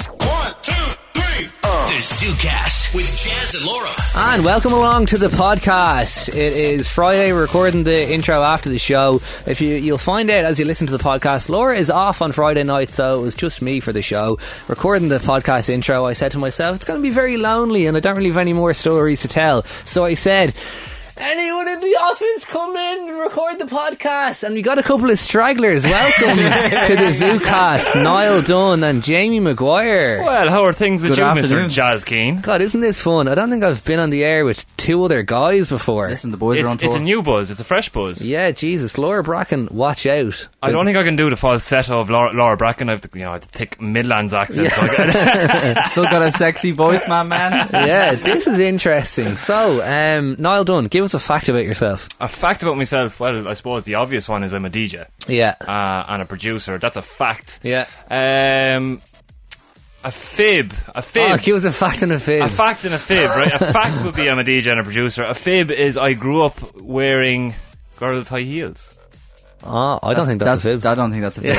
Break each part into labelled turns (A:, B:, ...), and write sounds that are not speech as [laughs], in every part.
A: is Uh. ZooCast with Jazz and Laura.
B: And welcome along to the podcast. It is Friday. We're recording the intro after the show. If you you'll find out as you listen to the podcast, Laura is off on Friday night, so it was just me for the show recording the podcast intro. I said to myself, it's going to be very lonely, and I don't really have any more stories to tell. So I said. Anyone in the office, come in and record the podcast. And we got a couple of stragglers. Welcome to the ZooCast, Niall Dunn and Jamie McGuire.
C: Well, how are things with
D: Good
C: you,
D: afternoon.
C: Mr. Jazz Keen?
B: God, isn't this fun? I don't think I've been on the air with two other guys before.
D: Listen, the boys are on
C: It's,
D: tour.
C: it's a new buzz. It's a fresh buzz.
B: Yeah, Jesus, Laura Bracken, watch out!
C: I don't think I can do the falsetto of Laura, Laura Bracken. I've you know I have the thick Midlands accent. So I got-
D: Still got a sexy voice, my man.
B: [laughs] yeah, this is interesting. So, um, Niall Dunn, give us a fact about yourself.
C: [laughs] a fact about myself. Well, I suppose the obvious one is I'm a DJ
B: Yeah,
C: uh, and a producer. That's a fact.
B: yeah.
C: Um, a fib. A fib.
D: Ah,
B: Oh, give us a fact and a fib.
C: a fact and a fib, right? A fact would be I'm a DJ and a producer. A fib is I grew up wearing girls' high heels.
B: oh, I don't think that's, a fib.
D: I don't think that's a fib.
B: [laughs]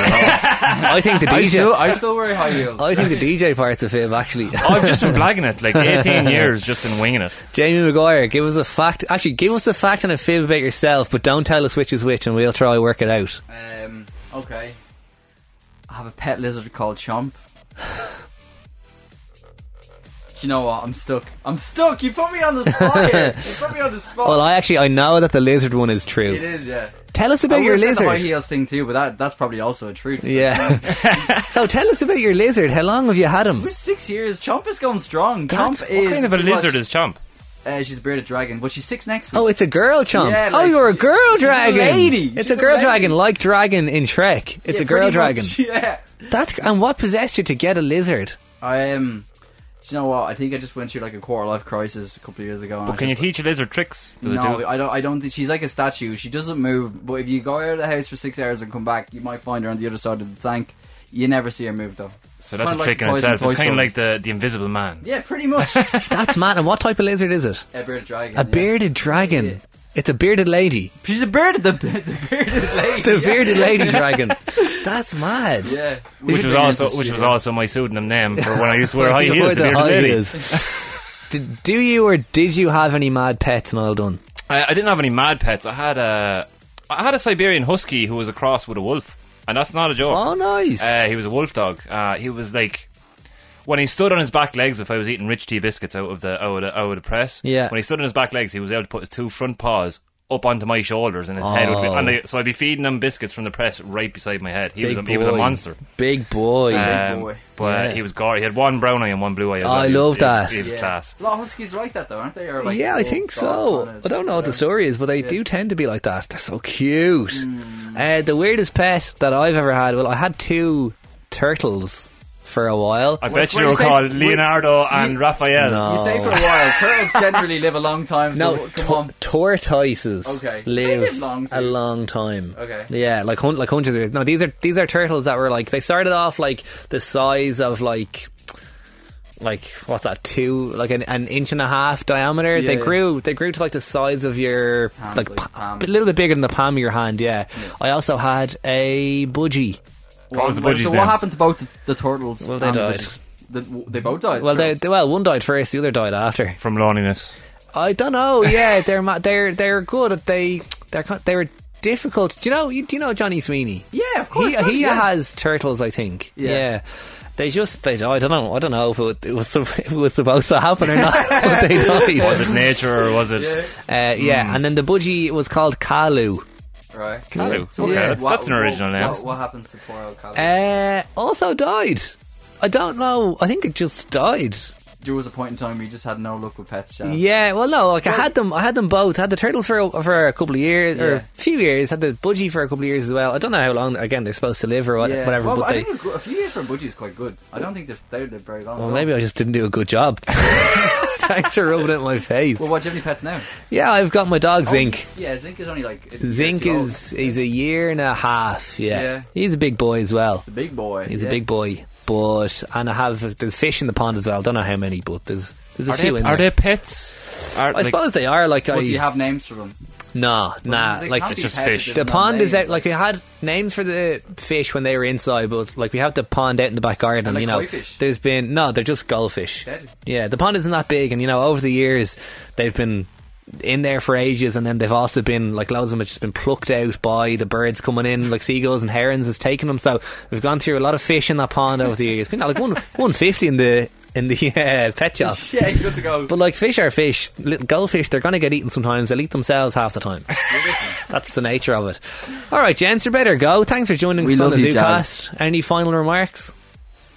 B: I think the
D: I, still,
B: DJ.
D: I still wear high heels.
B: I think the DJ part's a fib, actually. [laughs]
C: I've just been blagging it like 18 years, just been winging it.
B: Jamie McGuire, give us a fact. Actually, give us a fact and a fib about yourself, but don't tell us which is which, and we'll try to work it out.
D: Um, okay. I have a pet lizard called Chomp. Do you know what? I'm stuck. I'm stuck. You put me on the spot here.
B: [laughs]
D: You put me on the spot.
B: Well, I actually I know that the lizard one is true.
D: it is, yeah.
B: Tell us
D: I
B: about your
D: would've said the high
B: lizard.
D: heels thing too, but that, that's probably also a truth. so-
B: Yeah.
D: [laughs]
B: so tell us about your lizard. How long have you had him?
D: For six years, Chomp is going strong.
B: That's-
D: Chomp
B: what
D: is
C: What kind of a
D: see what-
C: lizard is Chomp?
D: Uh, she's a bearded dragon, but she's six next week.
B: Oh, it's a girl chump.
D: Yeah,
B: oh,
D: like-
B: you're a girl
D: She's a
B: dragon.
D: lady.
B: It's
D: She's
B: a
D: a
B: girl
D: lady.
B: dragon, like dragon in Shrek. It's
D: Yeah,
B: a girl
D: pretty
B: dragon.
D: much, [laughs] yeah.
B: That's and what possessed you to get a lizard?
D: I Um, do you know what? I think I just went through like a quarter life crisis a couple of years ago. and I
C: But can you
D: just-
C: teach a lizard tricks? Does it do
D: No,
C: it?
D: I don't. I don't think she's like a statue. She doesn't move. But if you go out of the house for six hours and come back, you might find her on the other side of the tank. You never see her move though.
C: So that's
D: Kinda
C: a
D: like
C: trick in
D: toys and
C: itself. It's
D: Toy
C: kind of
D: Story.
C: like the, the Invisible Man.
D: Yeah, pretty
C: [laughs]
D: much. a
B: That's mad. And what type of lizard is it?
D: bearded dragon.
B: A
D: yeah.
B: bearded dragon.
D: Yeah.
B: It's a bearded lady.
D: She's a bearded. The, [laughs] the bearded lady.
B: The bearded lady
D: [laughs]
B: dragon. That's mad.
D: Yeah.
C: Which was also which was also my pseudonym name for when I used to wear high heels. The
B: Where the
C: bearded
B: high
C: lady.
B: is. [laughs] Did- do you or did you have any mad pets? Niall Dunn?
C: I, I didn't have any mad pets. I had a I had a Siberian husky who was a cross with a wolf, and that's not a joke.
B: Oh, nice.
C: Uh, he was a wolf dog. Uh, he was like when he stood on his back legs. If I was eating rich tea biscuits out of the out of the, out of the press,
B: Yeah.
C: When he stood on his back legs, he was able to put his two front paws up onto my shoulders, and his head would be.
B: Oh.
C: And I, so I'd be feeding him biscuits from the press right beside my head. He was
B: Big
C: a, he was a
B: boy.
C: monster.
B: Big boy.
C: Um,
D: boy.
C: But
B: Yeah.
C: he was gory. He had one brown eye and one blue eye. As
B: Oh,
C: well.
B: I
C: He was-
B: love
C: he was-
B: that.
C: He was
D: Yeah.
C: class.
D: A lot of huskies like that though, aren't they? Or, like,
B: yeah, I
D: little
B: think
D: dog
B: so.
D: kind of-
B: I don't know what the
D: whatever.
B: story is, but they
D: Yeah.
B: do tend to be like that. They're so cute. Uh, the weirdest pet that I've ever had. Well, I had two turtles for a while.
C: I
D: Wait,
C: bet
D: wait,
C: you were
D: say-
C: called
D: wait.
C: Leonardo and Raphael.
B: No.
D: You say for a while, turtles generally live a long time. So
B: Oh. no,
D: come
B: to-
D: on.
B: tortoises
D: Okay. They
B: live
D: live long
B: a
D: too.
B: long time.
D: Okay.
B: yeah, like hun- like hundreds. Of years. No, these are these are turtles that were like they started off like the size of like like what's that two like an, an inch and a half diameter.
D: Yeah,
B: they
D: yeah.
B: grew they grew to like the size of your
D: Palm,
B: like
D: like palm.
B: a little bit bigger than the palm of your hand. Yeah, I also had a budgie.
C: What was the
D: Well,
C: budgie's
D: So
C: name?
D: what happened to both the, the turtles?
B: Well, they
D: and the
B: died.
D: budgie? The- w- they both died.
B: Well, they,
D: turtles.
B: they, well, one died first, the other died after.
C: From loneliness.
B: I don't know. Yeah, [laughs] they're ma- they're they're good. They they're co- they were difficult. Do you know? You, do you know Johnny Sweeney?
D: Yeah, of course,
B: He,
D: Johnny,
B: he
D: yeah.
B: has turtles, I think. Yeah.
D: Yeah.
B: They just they I don't know I don't know if it, it was [laughs] if it was supposed to happen or not [laughs] but they
D: [laughs]
B: died
C: Was it nature or was it?
B: uh,
D: Hmm.
B: yeah and then the budgie was called Kalu
D: right.
C: Kalu.
D: So
C: Okay,
D: what-
C: that's-
D: what-
C: that's an original
D: what,
C: name.
D: What, what happens to poor old Kalu?
B: uh, also died I don't know I think it just died
D: there was a point in time where you just had no luck with pets. Chaz.
B: Yeah, well, no, like I had them, I had them both. I had the turtles for a, for a couple of years or
D: Yeah.
B: a few years. Had the budgie for a couple of years as well. I don't know how long again they're supposed to live or what,
D: Yeah.
B: whatever.
D: Well,
B: but
D: I
B: they,
D: think a, gr- a few years for a budgie is quite good. I don't think they're, they live very long.
B: well,
D: at all.
B: maybe I just didn't do a good
D: [laughs]
B: job. [laughs] Thanks for rubbing it in my face.
D: Well, what do you have any pets now?
B: Yeah, I've got my dog Zinc.
D: Yeah, Zinc is only like it's
B: Zinc
D: years old.
B: is he's a year and a half. Yeah,
D: Yeah.
B: he's a big boy as well.
D: the big boy.
B: He's
D: yeah.
B: a big boy, but and I have there's fish in the pond as well. Don't know how many, but there's there's a
C: Are
B: few
C: they,
B: in
C: are
B: there.
C: they pets? Are,
B: I suppose they are. Like
D: But
B: I
D: do you have names for them?
B: No, nah.
D: they
B: Like
D: can't
C: It's
D: be
C: just
D: pets if
C: fish.
D: there's
B: the
D: no
B: pond is
D: names,
B: out. Like we had names for the fish when they were inside, but like we have the pond out in the back garden.
D: And, like,
B: you know,
D: koi fish.
B: there's been no. They're just goldfish.
D: Dead.
B: Yeah, the pond isn't that big, and you know, over the years they've been in there for ages, and then they've also been like loads of them have just been plucked out by the birds coming in, like seagulls and herons has taken them. So we've gone through a lot of fish in that pond over the years. Been like one [laughs] one fifty in the in the [laughs] uh, pet shop.
D: [laughs] yeah, good to go.
B: But like fish are fish, little goldfish, they're going to get eaten sometimes. They'll eat themselves half the time. That's the nature of it. All right, gents, you better go. Thanks for joining
D: We
B: us on the
D: love you,
B: ZooCast. Any final remarks?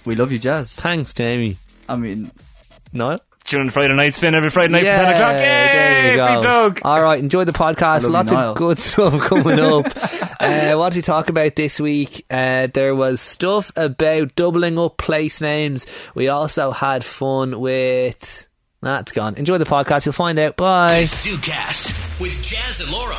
D: we love you, Jazz.
B: Thanks, Jamie.
D: I mean,
B: Niall?
C: Tune in Friday night spin every Friday night from 10 o'clock. Yay!
B: there you
C: Free
B: go.
C: plug.
B: All right, enjoy the podcast.
D: I love you,
B: Lots
D: Niall.
B: of good [laughs] stuff
D: [laughs]
B: coming up. uh, what did we talk about this week? Uh, there was stuff about doubling up place names. We also had fun with. That's gone. Enjoy the podcast. You'll find out. Bye.
A: ZooCast with Jazz and Laura.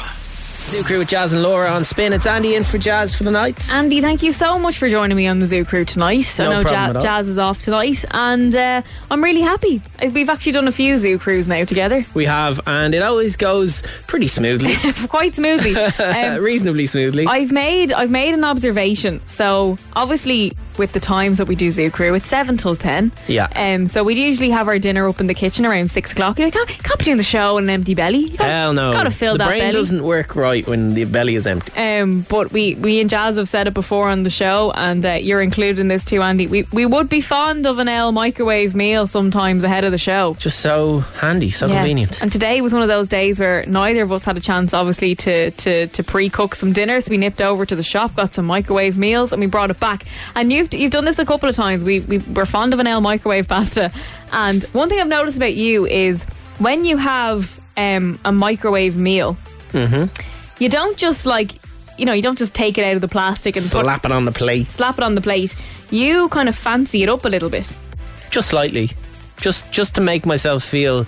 E: New crew with Jazz and Laura on spin. It's Andy in for Jazz for the night.
F: Andy, thank you so much for joining me on the Zoo Crew tonight.
E: No
F: I know
E: problem at all.
F: Jazz is off tonight, and uh, I'm really happy. Uh, We've actually done a few Zoo Crews now together,
E: We have, and it always goes
B: [laughs]
E: pretty smoothly,
F: [laughs] quite
E: [laughs]
F: smoothly.
E: uh,
F: Um,
E: reasonably smoothly.
F: I've made I've made an observation. So obviously, with the times that we do Zoo Crew, it's seven till ten.
E: Yeah.
F: Um. So we'd usually have our dinner up in the kitchen around six o'clock. You can't, can't be doing the show on an empty belly. You gotta-
E: Hell no.
F: Gotta fill
E: the
F: that
E: brain
F: belly.
E: doesn't work right when the belly is empty.
F: Um, but we, we and Jazz have said it before on the show, and uh, you're including this too, Andy. We, we would be fond of an L microwave meal sometimes ahead of the show.
E: Just so handy, so
F: Yeah.
E: convenient.
F: And today was one of those days where neither of us had a chance, obviously, to, to, to pre cook some dinner. So we nipped over to the shop, got some microwave meals, and we brought it back. And you've you've done this a couple of times. We, we we're fond of an L microwave pasta. And one thing I've noticed about you is when you have um, a microwave meal, you don't just like. You know, you don't just take it out of the plastic and put,
E: Slap it on the plate,
F: slap it on the plate. You kind of fancy it up a little bit.
E: just slightly. Just, just to make myself feel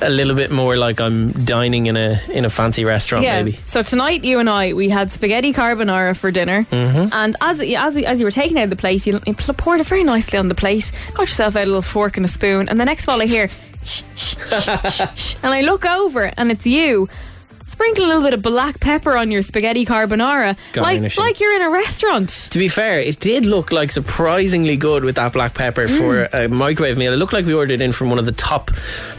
E: a little bit more like I'm dining in a in a fancy restaurant, maybe.
F: So tonight, you and I, we had spaghetti carbonara for dinner, and as as as you were taking out the plate, you, you pl- poured it very nicely on the plate. Got yourself out a little fork and a spoon, and the next fall I hear, shh, shh, shh, shh, shh, and I look over, and it's you. Sprinkle a little bit of black pepper on your spaghetti carbonara, like
E: Garnishing.
F: like you're in a restaurant.
E: To be fair, it did look like surprisingly good with that black pepper for
F: Mm.
E: a microwave meal. It looked like we ordered in from one of the top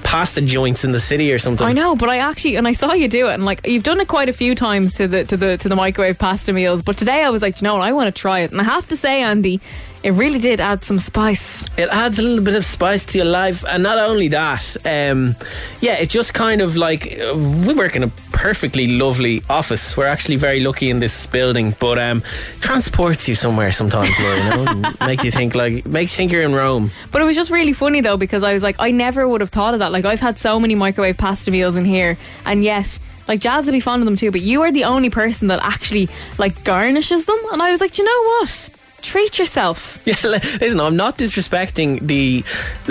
E: pasta joints in the city or something.
F: I know, but I actually and I saw you do it, and like you've done it quite a few times to the to the to the microwave pasta meals. But today I was like, "Do you know, what? I want to try it, and I have to say, Andy, it really did add some spice.
E: It adds a little bit of spice to your life, and not only that, um, yeah, it just kind of like uh, we work in a perfectly lovely office. We're actually very lucky in this building, but um, transports you somewhere sometimes, Laura, you know, and [laughs] makes you think like makes you think you're in Rome. [laughs]
F: But it was just really funny though because I was like, I never would have thought of that. Like I've had so many microwave pasta meals in here, and yet. Like Jazz would be fond of them too, but you are the only person that actually like garnishes them. And I was like, "Do you know what? Treat yourself.
E: [laughs] Yeah, li- listen, I'm not disrespecting the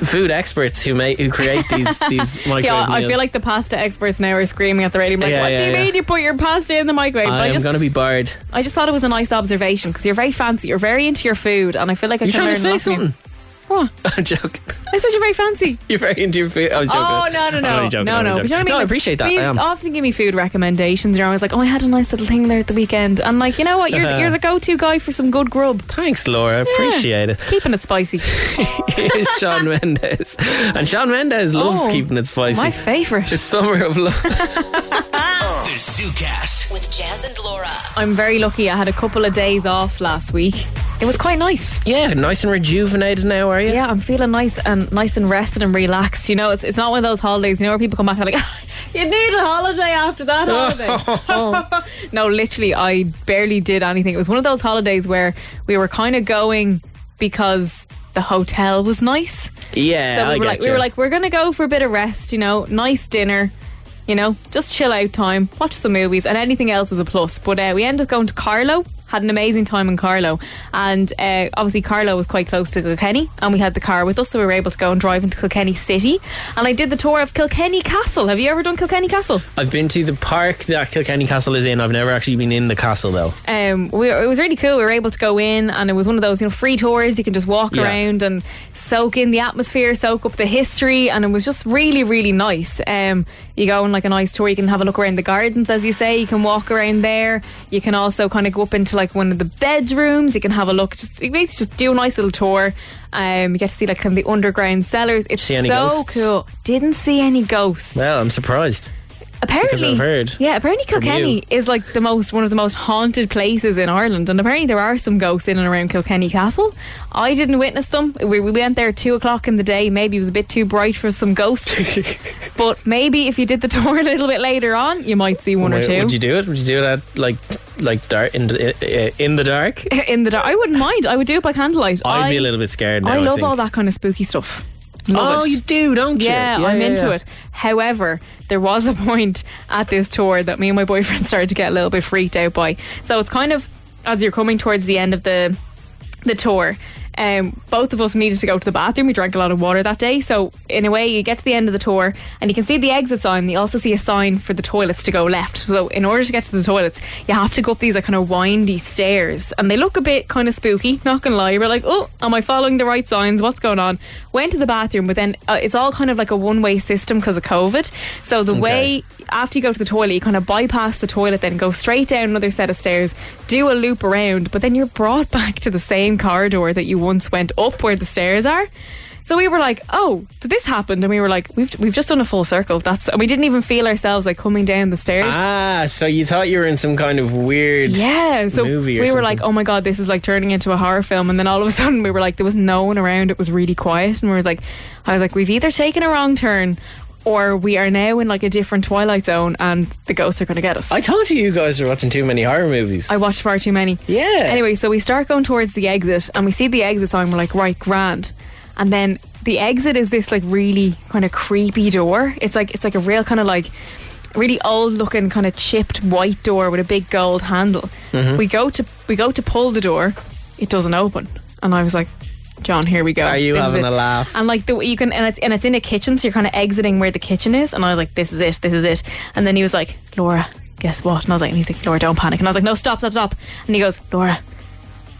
E: food experts who make who
F: [laughs]
E: create these these microwave
F: Yeah, I
E: meals.
F: feel like the pasta experts now are screaming at the radio, like,
E: Yeah,
F: "What
E: yeah,
F: do you
E: yeah.
F: mean you put your pasta in the microwave?" But
E: I am
F: just
E: going to be barred.
F: I just thought it was a nice observation because you're very fancy. You're very into your food, and I feel like I
E: You
F: can
E: trying
F: learn
E: to say
F: a lot from you.
E: something? [laughs]
F: What?
E: I'm joking.
F: I said you're very fancy.
E: You're very into your food. I was joking.
F: Oh no no
E: I'm
F: no
E: only joking,
F: no
E: I'm
F: no!
E: only
F: But you know what I
E: joking.
F: mean?
E: No, I
F: Like,
E: appreciate that. I
F: You
E: am.
F: often give me food recommendations. You're always like, "Oh, I had a nice little thing there at the weekend," and like, you know what? You're
E: [laughs]
F: you're the go-to guy for some good grub.
E: Thanks, Laura. Appreciate it.
F: Keeping it
E: [laughs]
F: spicy.
E: Here's [laughs] Sean Mendes. And Sean Mendes loves
F: Oh,
E: keeping it
F: [laughs]
E: spicy.
F: My favorite.
E: it's Summer of Love.
A: The ZooCast.
G: With Jazz and Laura.
F: I'm very lucky. I had a couple of days off last week. It was quite nice.
E: yeah, nice and rejuvenated now, are you?
F: Yeah, I'm feeling nice and nice and rested and relaxed. You know, it's, it's not one of those holidays. You know where people come back and are like, [laughs] you need a holiday after that holiday. [laughs] no, literally, I barely did anything. It was one of those holidays where we were kind of going because the hotel was nice.
E: Yeah,
F: So we
E: I
F: were
E: get
F: like,
E: you.
F: we were like, we're gonna go for a bit of rest. You know, nice dinner. You know, just chill out time, watch some movies, and anything else is a plus. But uh, we ended up going to Carlo. Had an amazing time in Carlo, and uh, obviously Carlo was quite close to Kilkenny, and we had the car with us, so we were able to go and drive into Kilkenny City. And I did the tour of Kilkenny Castle. Have you ever done Kilkenny Castle?
E: I've been to the park that Kilkenny Castle is in. I've never actually been in the castle though.
F: um, we, it was really cool. We were able to go in, and it was one of those you know free tours. You can just walk
E: Yeah.
F: around and soak in the atmosphere, soak up the history, and it was just really, really nice. Um, you go on like a nice tour. You can have a look around the gardens, as you say. You can walk around there. You can also kind of go up into like one of the bedrooms. You can have a look. Just it makes just do a nice little tour. Um, you get to see like kind of the underground cellars. It's
E: See any
F: so
E: ghosts?
F: cool. Didn't see any ghosts.
E: Well, I'm surprised.
F: Apparently,
E: Because I've heard
F: yeah. Apparently,
E: from
F: Kilkenny is like the most one of the most haunted places in Ireland, and apparently there are some ghosts in and around Kilkenny Castle. I didn't witness them. We, we went there at two o'clock in the day. Maybe it was a bit too bright for some
E: [laughs]
F: ghosts, but maybe if you did the [laughs] tour a little bit later on, you might see one or
E: Wait,
F: two.
E: Would you do it? Would you do it at like like dark in the, uh, in the dark?
F: [laughs] in the dark, I wouldn't mind. I would do it by candlelight.
E: I'd
F: I,
E: be a little bit scared. Now,
F: I
E: I
F: love
E: think.
F: all that kind of spooky stuff.
E: Oh, you do, don't you?
F: Yeah, I'm into it. However, there was a [laughs] point at this tour that me and my boyfriend [laughs] started to get a little bit freaked out by. So it's kind of as you're coming towards the end of the the tour. Um, both of us needed to go to the bathroom. We drank a lot of water that day, so in a way, you get to the end of the tour and you can see the exit sign. You also see a sign for the toilets to go left. So in order to get to the toilets, you have to go up these like kind of windy stairs, and they look a bit kind of spooky. Not gonna lie, you we're like, oh, am I following the right signs? What's going on? Went to the bathroom, but then uh, it's all kind of like a one-way system because of COVID. So the way after you go to the toilet, you kind of bypass the toilet, then go straight down another set of stairs, do a loop around, but then you're brought [laughs] back to the same corridor that you once went up where the stairs are. So we were like, "Oh, so this happened," and we were like, "We've we've just done a full circle." That's and we didn't even feel ourselves like coming down the stairs.
E: Ah, so you thought you were in some kind of weird
F: yeah, so
E: movie
F: we
E: or
F: were
E: something.
F: like, "Oh my god, this is like turning into a horror film." And then all of a sudden, we were like, there was no one around. It was really quiet, and we were like, "I was like, we've either taken a wrong turn, or we are now in like a different twilight zone, and the ghosts are going to get us."
E: I told you you guys were watching too many horror movies.
F: I watched far too many.
E: Yeah.
F: Anyway, so we start going towards the exit and we see the exit sign. We're like, right, grand. And then the exit is this like really kind of creepy door. It's like it's like a real kind of like really old looking kind of chipped white door with a big gold handle.
E: Mm-hmm.
F: We go to we go to pull the door. It doesn't open, and I was like. John, here we go.
E: Are you
F: This is
E: having
F: it."
E: a laugh?
F: And like the you can and it's and it's in a kitchen, so you're kind of exiting where the kitchen is. And I was like, this is it, this is it. And then he was like, Laura, guess what? And I was like, and he's like, Laura, don't panic. And I was like, no, stop, stop, stop. And he goes, Laura,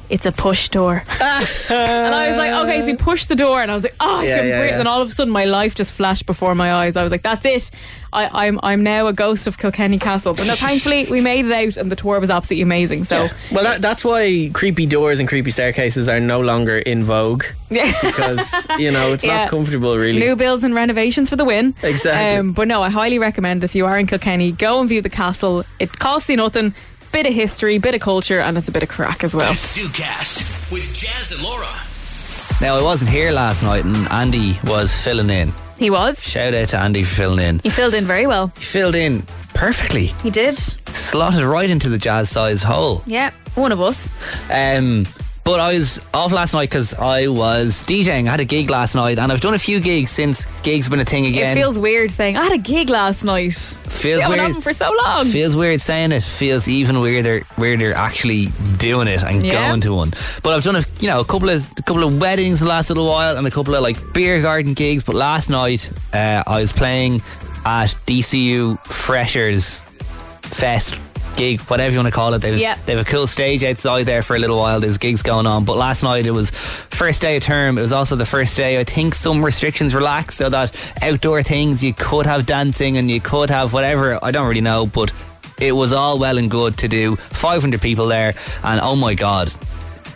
F: it's a push door. [laughs] and I was like, okay, so he pushed the door, and I was like, oh,
E: Yeah,
F: I can
E: yeah,
F: breathe.
E: yeah.
F: And all of a sudden, my life just flashed before my eyes. I was like, that's it. I, I'm I'm now a ghost of Kilkenny Castle. But no, thankfully, we made it out, and the tour was absolutely amazing. So.
E: Well, that, that's why creepy doors and creepy staircases are no longer in vogue
F: Yeah.
E: because you know it's
F: Yeah.
E: not comfortable really.
F: New builds and renovations for the win. Um,
E: Exactly.
F: but no, I highly recommend if you are in Kilkenny, go and view the castle. It costs you nothing. Bit of history, bit of culture, and it's a bit of crack as well.
A: ZooCast with Jazz and Laura.
B: Now, I wasn't here last night and Andy was filling in.
F: He was.
B: Shout out to Andy for filling in.
F: He filled in very well.
B: He filled in perfectly,
F: He did.
B: slotted right into the jazz size hole.
F: Yeah, one of us.
B: Um, but I was off last night because I was DJing. I had a gig last night, and I've done a few gigs since gigs been a thing again.
F: It feels weird saying I had a gig last night.
B: Feels
F: we haven't had
B: weird.
F: them for so long.
B: Feels weird saying it. Feels even weirder, weirder actually doing it and
F: Yeah.
B: going to one. But I've done a you know a couple of a couple of weddings the last little while and a couple of like beer garden gigs. But last night uh, I was playing at DCU Freshers Fest gig, whatever you want to call it. They've,
F: Yeah.
B: they've a cool stage outside there for a little while. There's gigs going on. But last night it was first day of term. It was also the first day. I think some restrictions relaxed so that outdoor things you could have dancing and you could have whatever. I don't really know, but it was all well and good to do. 500 people there, and oh my god.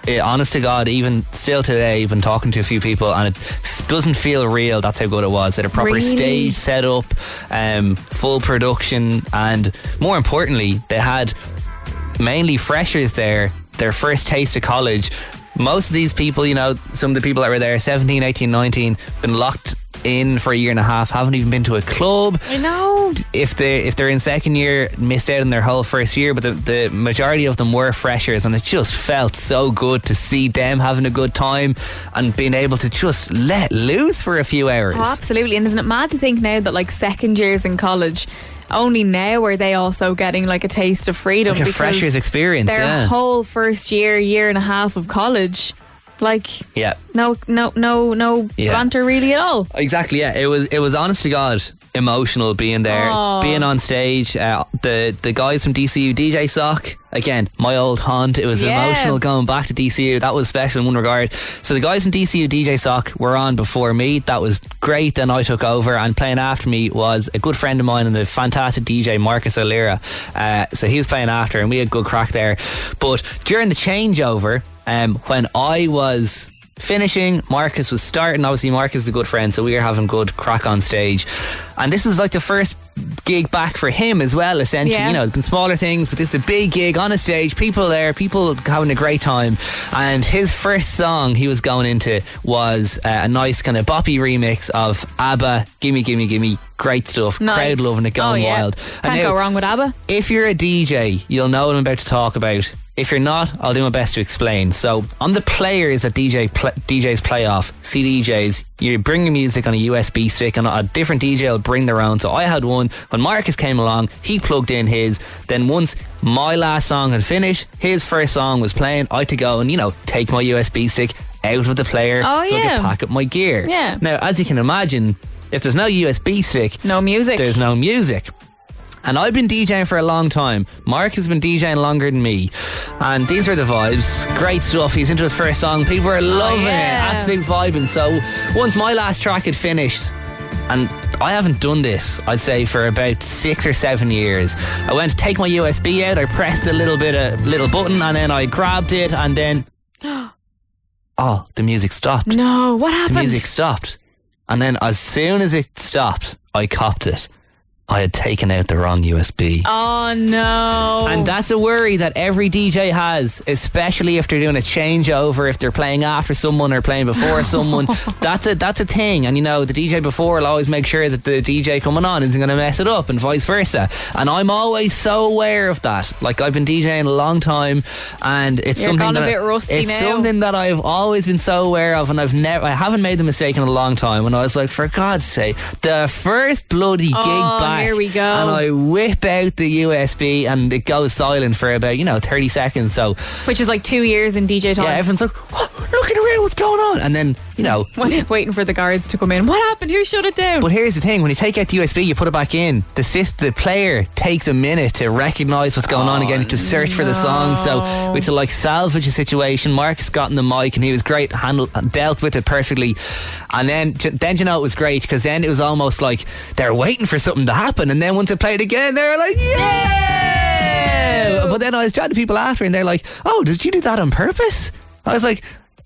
B: It, Eh, honest to God, even still today, even talking to a few people, and it f- doesn't feel real. That's how good it was. They had a proper
F: Really?
B: stage set up, um, full production, and more importantly, they had mainly freshers there, their first taste of college. Most of these people, you know, some of the people that were there, 17, 18, 19, been locked in for a year and a half, haven't even been to a club.
F: I know.
B: If they if they're in second year, missed out on their whole first year, but the, the majority of them were freshers, and it just felt so good to see them having a good time and being able to just let loose for a few hours.
F: Oh, absolutely. And isn't it mad to think now that like second years in college only now are they also getting like a taste of freedom.
B: Like a
F: because
B: fresher's experience,
F: Their
B: yeah.
F: whole first year, year and a half of college, like
B: Yeah.
F: no, no, no, no
B: Yeah.
F: banter really at all.
B: Exactly. Yeah. It was. It was honest to God emotional being there,
F: Aw.
B: being on stage. Uh, the the guys from DCU, DJ Sock, again, my old haunt. It was
F: Yeah.
B: emotional going back to DCU. That was special in one regard. So the guys from DCU, DJ Sock, were on before me. That was great. Then I took over, and playing after me was a good friend of mine and a fantastic DJ, Marcus O'Leary. Uh, so he was playing after, and we had good crack there. But during the changeover, um, when I was finishing. Marcus was starting. Obviously, Marcus is a good friend, so we are having good crack on stage. And this is like the first gig back for him as well, essentially.
F: Yeah.
B: You know, it's been smaller things, but this is a big gig on a stage, people there, people having a great time. And his first song he was going into was uh, a nice kind of boppy remix of ABBA, Gimme, Gimme, Gimme. Great stuff.
F: Nice.
B: Crowd loving it, going
F: Oh, yeah.
B: wild. And
F: Can't
B: now-
F: go wrong with ABBA.
B: if you're a DJ, you'll know what I'm about to talk about. If you're not, I'll do my best to explain. So, on the players at DJ pl- DJs Playoff, CDJs, you bring your music on a USB stick, and a different DJ will bring their own. So, I had one. When Marcus came along, he plugged in his. Then, once my last song had finished, his first song was playing. I had to go and, you know, take my USB stick out of the player
F: Oh,
B: so I
F: yeah.
B: could pack up my gear.
F: Yeah.
B: Now, as you can imagine, if there's no USB stick,
F: No music.
B: there's no music. And I've been DJing for a long time. Mark has been DJing longer than me. And these were the vibes. Great stuff. He's into his first song. People are loving
F: Oh, yeah.
B: it. Absolute vibing. So once my last track had finished, and I haven't done this, I'd say, for about six or seven years. I went to take my USB out, I pressed a little bit of little button, and then I grabbed it, and
F: [gasps]
B: then Oh, the music stopped
F: No, what happened?
B: the music stopped. And then as soon as it stopped, I copped it. I had taken out the wrong USB.
F: Oh no!
B: And that's a worry that every DJ has, especially if they're doing a changeover, if they're playing after someone or playing
F: [laughs]
B: before someone. That's a that's a thing. And you know, the DJ before will always make sure that the DJ coming on isn't going to mess it up, and vice versa. And I'm always so aware of that. Like I've been DJing a long time, and it's
F: You're
B: something
F: gone a
B: that I-
F: bit rusty
B: it's
F: now.
B: something that I've always been so aware of, and I've never I haven't made the mistake in a long time. And I was like, for God's sake, the first bloody gig
F: Oh,
B: back.
F: here we go.
B: And I whip out the USB and it goes silent for about, you know, 30 seconds. So,
F: Which is like two years in DJ time.
B: yeah, everyone's like, what? looking around, what's going on? And then, you know,
F: Wait- [laughs] waiting for the guards to come in. What happened? Who shut it down?
B: but here's the thing when you take out the USB, you put it back in. The syst- the player takes a minute to recognize what's going on again, to search for the song. So, we had to like salvage the situation. Marcus got in the mic and he was great, handled, dealt with it perfectly. And then, then you know, it was great because then it was almost like they're waiting for something to happen. And then once it played again, they were like, yeah! But then I was chatting to people after and they're like, oh, did you do that on purpose? I was like,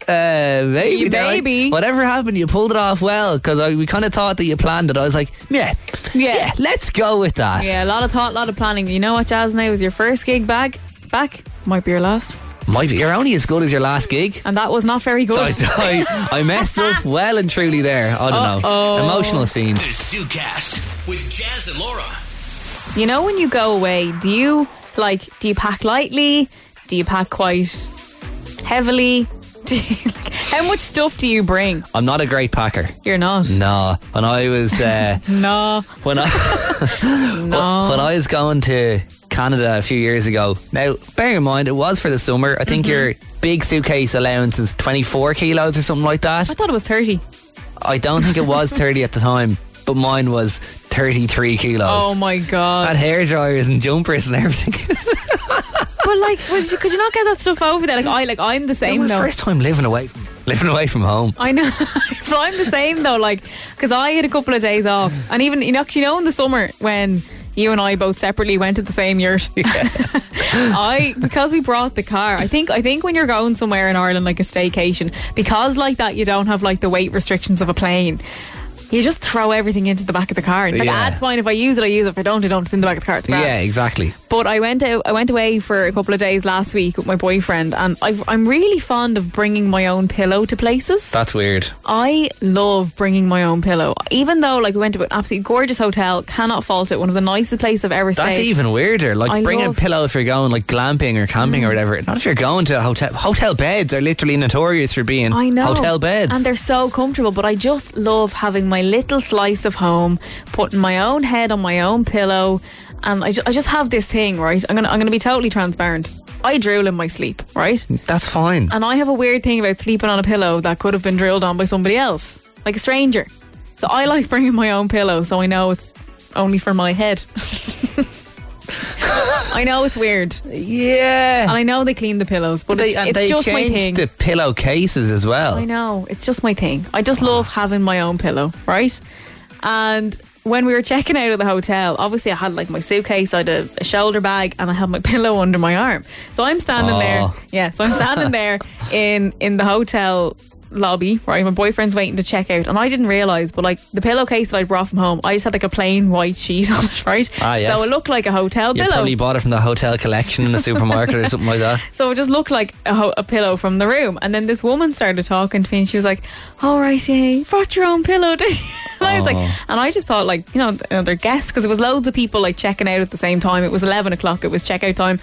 B: uh, maybe.
F: You
B: They're like,
F: maybe.
B: whatever happened, you pulled it off well because we kind of thought that you planned it. I was like, yeah,
F: Yeah.
B: yeah, let's go with that.
F: yeah, a lot of thought, a lot of planning. You know what, Jazz? Now was your first gig back. Back might be your last,
B: Might be, you're only as good as your last
F: [laughs]
B: gig.
F: and that was not very good.
B: I, I, I messed
F: [laughs]
B: up well and truly there. I don't know. Emotional scene.
A: The ZooCast with Jazz and Laura.
F: You know, when you go away, do you like? Do you pack lightly? Do you pack quite heavily? [laughs] Do you, like, how much stuff do you bring?
B: I'm not a great packer.
F: You're not.
B: No, when I was
F: [laughs]
B: uh,
F: No.
B: when I when I was going to Canada a few years ago. Now, bear in mind, it was for the summer. I
F: Mm-hmm.
B: think your big suitcase allowance is 24 kilos or something like that.
F: I thought it was thirty.
B: I don't think it
F: [laughs]
B: was 30 at the time, but mine was 33 kilos.
F: Oh my
B: I
F: god!
B: had hair dryers and jumpers and everything.
F: But like, would you, could you not get that stuff over there? Like, [laughs] I like I'm the same
B: my
F: though.
B: first time living away from living away from home.
F: I know, [laughs] but I'm the same though. Like, because I had a couple of days off, and even you know, 'cause you know, in the summer when you and I both separately went to the same yurt,
B: [laughs]
F: [laughs] I because we brought the car. I think I think when you're going somewhere in Ireland like a staycation, because like that you don't have like the weight restrictions of a plane. You just throw everything into the back of the car. And it's like,
B: Yeah.
F: ah, it's fine. If I use it, I use it. If I don't, I don't. It's in the back of the car. It's grand.
B: Yeah, exactly.
F: But I went out, I went away for a couple of days last week with my boyfriend, and i I'm really fond of bringing my own pillow to places.
B: That's weird.
F: I love bringing my own pillow, even though like we went to an absolutely gorgeous hotel. Cannot fault it. One of the nicest places I've ever
B: That's
F: stayed.
B: even weirder. Like
F: I Mm.
B: bring
F: love-
B: a pillow if you're going like glamping or camping or whatever. Not if you're going to a hotel. Hotel beds are literally notorious for being
F: I know
B: hotel beds.
F: and they're so comfortable. But I just love having my my little slice of home, putting my own head on my own pillow, and I, ju- I just have this thing, right? I'm gonna I'm gonna be totally transparent. I drool in my sleep, right?
B: That's fine.
F: And I have a weird thing about sleeping on a pillow that could have been drilled on by somebody else, like a stranger. So I like bringing my own pillow so I know it's only for my head. [laughs] I know it's weird.
B: Yeah.
F: And I know they clean the pillows, but
B: They,
F: it's,
B: and
F: it's
B: they
F: just my thing.
B: changed the pillowcases as well.
F: I know. It's just my thing. I just love having my own pillow, right? And when we were checking out of the hotel, obviously I had like my suitcase, I had a, a shoulder bag, and I had my [laughs] pillow under my arm. So I'm standing
B: Aw.
F: there. Yeah, so I'm standing there
B: [laughs]
F: in in the hotel lobby, right? My boyfriend's waiting to check out, and I didn't realize, but like the pillowcase that I brought from home, I just had like a plain white sheet [laughs] on it, right?
B: Ah, yes.
F: So it looked like a hotel
B: You
F: pillow.
B: probably bought it from the hotel collection in the supermarket or something like
F: [laughs]
B: that.
F: So it just looked like a, ho- a pillow from the room. And then this woman started talking to me and she was like, All right, yeah, you brought your own pillow, [laughs] did you? And I was like,
B: Oh.
F: And I just thought, like, you know, another guest, because it was loads of people like checking out at the same time. It was 11 o'clock, it was checkout time,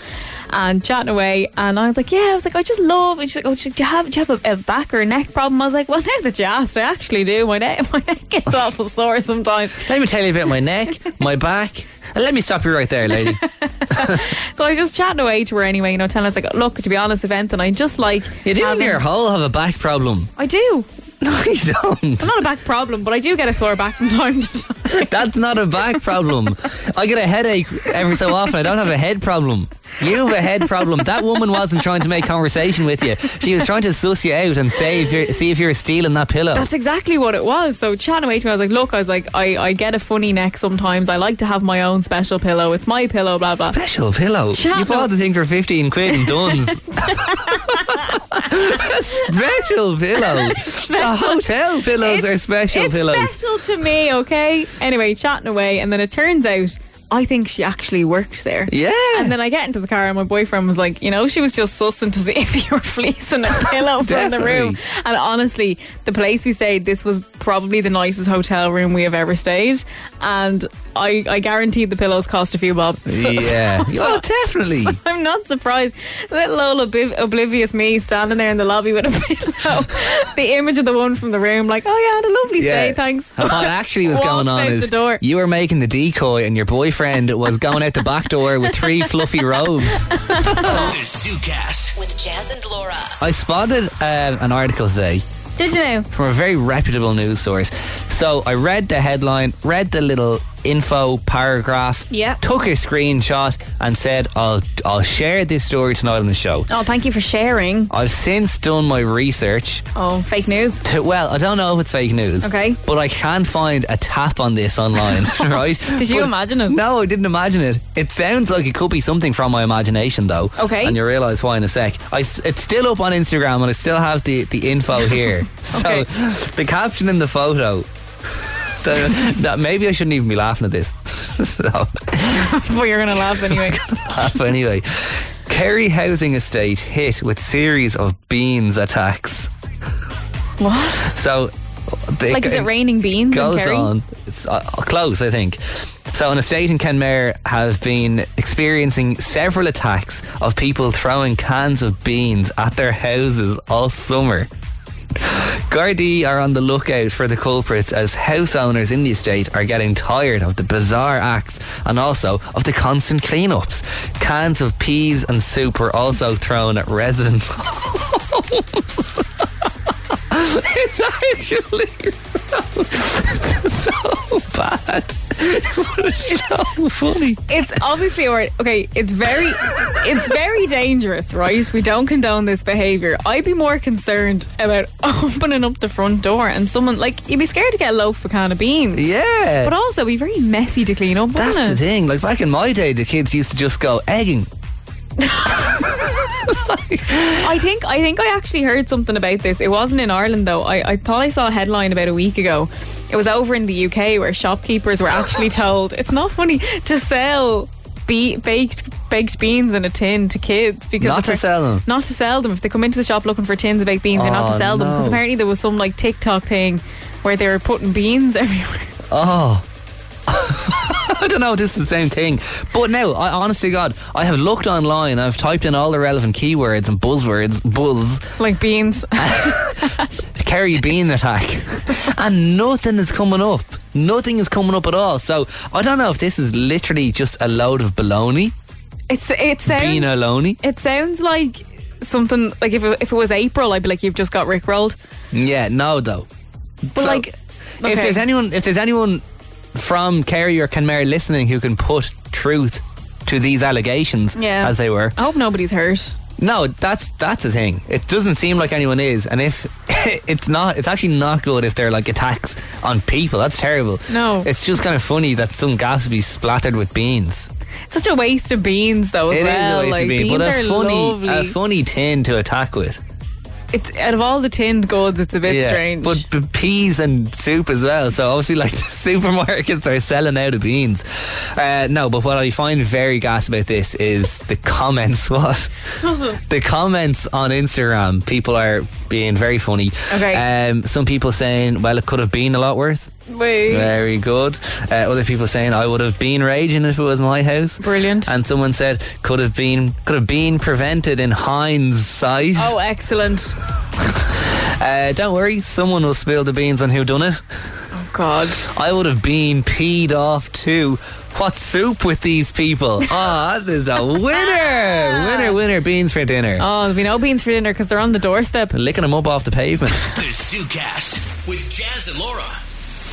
F: and chatting away. And I was like, Yeah, I was like, I just love it. She's like, Oh, do you have, do you have a, a back or a neck problem? I was like, Well, [laughs] now that you asked, I actually do. My neck, [laughs] my neck gets
B: [laughs]
F: awful sore sometimes.
B: Let me tell you about my neck, my back. And let me stop you right there,
F: [laughs]
B: lady.
F: So I was just chatting away to her anyway, you know, telling her, I was like, Look, to be honest, event, and I just like.
B: You do in
F: having-
B: your whole have a back problem.
F: I do. [laughs]
B: No, you don't.
F: It's not a back problem, but I do get a sore back from time to time.
B: [laughs] That's not a back problem. I get a headache every so often. I don't have a head problem. You have a head problem. That woman wasn't trying to make conversation with you. She was trying to suss you out and say if you're, see if you're stealing that pillow.
F: That's exactly what it was. So chatting away to me, I was like, look, I was like, I, I get a funny neck sometimes. I like to have my own special pillow. It's my pillow, blah, blah.
B: Special pillow.
F: Chat
B: you bought
F: up.
B: the thing for 15 quid in
F: [laughs]
B: Duns. special pillow. The hotel pillows are special
F: it's
B: pillows.
F: special to me, okay? Anyway, chatting away. And then it turns out, I think she actually worked there.
B: Yeah.
F: And then I get into the car, and my boyfriend was like, you know, she was just sussing to see [laughs] if you were fleecing a pillow from the room.
B: Definitely.
F: And honestly, the place we stayed, this was probably the nicest hotel room we have ever stayed. And I, I guarantee the pillows cost a few bob. So-
B: yeah. Oh, definitely.
F: [laughs] I'm not surprised. Little old obliv- oblivious me standing there in the lobby with a [laughs] pillow. the image of the one from the room, like, oh yeah, I had a [laughs] lovely stay, thanks.
B: And What actually was
F: Walks
B: going on
F: out
B: is
F: the door.
B: you were making the decoy, and your boyfriend was going out the back door with
F: [laughs]
B: three fluffy robes.
A: The ZooCast.
G: With Jazz and Laura.
B: I spotted um, an article today
F: Did you know?
B: from a very reputable news source. So I read the headline, read the little info paragraph,
F: Yeah.
B: took a screenshot, and said, "I'll I'll share this story tonight on the show."
F: Oh, thank you for sharing.
B: I've since done my research.
F: Oh, fake news.
B: To, well, I don't know if it's fake news.
F: Okay.
B: But I can find a tap on this online, [laughs] right?
F: Did you
B: But-
F: imagine it?
B: No, I didn't imagine it. It sounds like it could be something from my imagination, though.
F: Okay.
B: And you'll realise why in a sec. I s it's still up on Instagram and I still have the, the
F: [laughs]
B: info here.
F: Okay.
B: So the caption in the photo. [laughs] the- that- maybe I shouldn't even be laughing at this. [laughs] so,
F: [laughs] But you're gonna laugh anyway.
B: [laughs] laugh anyway. Kerry housing estate hit with series of beans attacks.
F: what?
B: So, they-
F: Like, is it raining beans?
B: goes
F: in Kerry?
B: on. It's uh, close, I think. So, an estate in Kenmare have been experiencing several attacks of people throwing cans of beans at their houses all summer. Gardaí are on the lookout for the culprits as house owners in the estate are getting tired of the bizarre acts and also of the constant cleanups. Cans of peas and soup were also thrown at residents' [laughs] homes. [laughs] it's actually so bad. so funny.
F: It's obviously all right. Okay, it's very, it's very dangerous, right? We don't condone this behavior. I'd be more concerned about [laughs] opening up the front door and someone like you'd be scared to get a loaf of can of beans.
B: Yeah.
F: But also, it'd be very messy to clean up,
B: That's
F: wouldn't
B: the
F: it?
B: thing. Like back in my day, the kids used to just go egging.
F: [laughs] I think I think I actually heard something about this. It wasn't in Ireland though. I, I thought I saw a headline about a week ago. It was over in the UK where shopkeepers
B: [laughs]
F: were actually told it's not funny to sell be- baked baked beans in a tin to kids because
B: Not to
F: appar-
B: sell them.
F: Not to sell them if they come into the shop looking for tins of baked beans, they're not
B: Oh,
F: to sell them
B: no.
F: because apparently there was some like TikTok thing where they were putting beans [laughs] everywhere.
B: Oh. [laughs] I don't know if this is the same thing. But now, I, honest to God, I have looked online, I've typed in all the relevant keywords and buzzwords, buzz, [laughs]
F: Like beans.
B: Kerry Bean attack, [laughs] and nothing is coming up. Nothing is coming up at all. So I don't know if this is literally just a load of baloney,
F: It's it sounds
B: being baloney.
F: it sounds like something like if it, if it was April, I'd be like, you've just got Rick rolled.
B: Yeah, no though.
F: But
B: So-
F: like, okay.
B: If there's anyone, if there's anyone from Kerry or Kenmare listening who can put truth to these allegations,
F: Yeah.
B: as they were,
F: I hope nobody's hurt.
B: no, that's that's the thing. It doesn't seem like anyone is, and if [laughs] it's not, it's actually not good if they're like attacks on people. That's terrible.
F: No.
B: it's just kind of funny that some gas would be splattered with beans.
F: It's such a waste of beans, though. As
B: It is
F: well,
B: a waste
F: like,
B: of beans,
F: beans
B: but a
F: are
B: funny,
F: lovely.
B: a funny tin to attack with.
F: it's out of all the tinned goods, it's a bit strange.
B: But, but peas and soup as well. So obviously, like [laughs] the supermarkets are selling out of beans. Uh, no, but what I find very gas about this is the comments. [laughs] What the comments on Instagram? People are being very funny.
F: Okay.
B: Um, some people saying, "Well, it could have been a lot worse."
F: [laughs] Wait.
B: Very good. Uh, other people saying, "I would have been raging if it was my house."
F: Brilliant.
B: And someone said, "Could have been, could have been prevented in hindsight."
F: oh, excellent!
B: Uh, don't worry, someone will spill the beans on who done it.
F: Oh God,
B: I would have been peed off too. What soup with these people? Ah, this
F: [laughs]
B: is a winner! winner, winner, beans for dinner.
F: oh, there'll be no beans for dinner because they're on the doorstep.
B: Licking them up off the pavement.
A: The ZooCast with Jazz and Laura.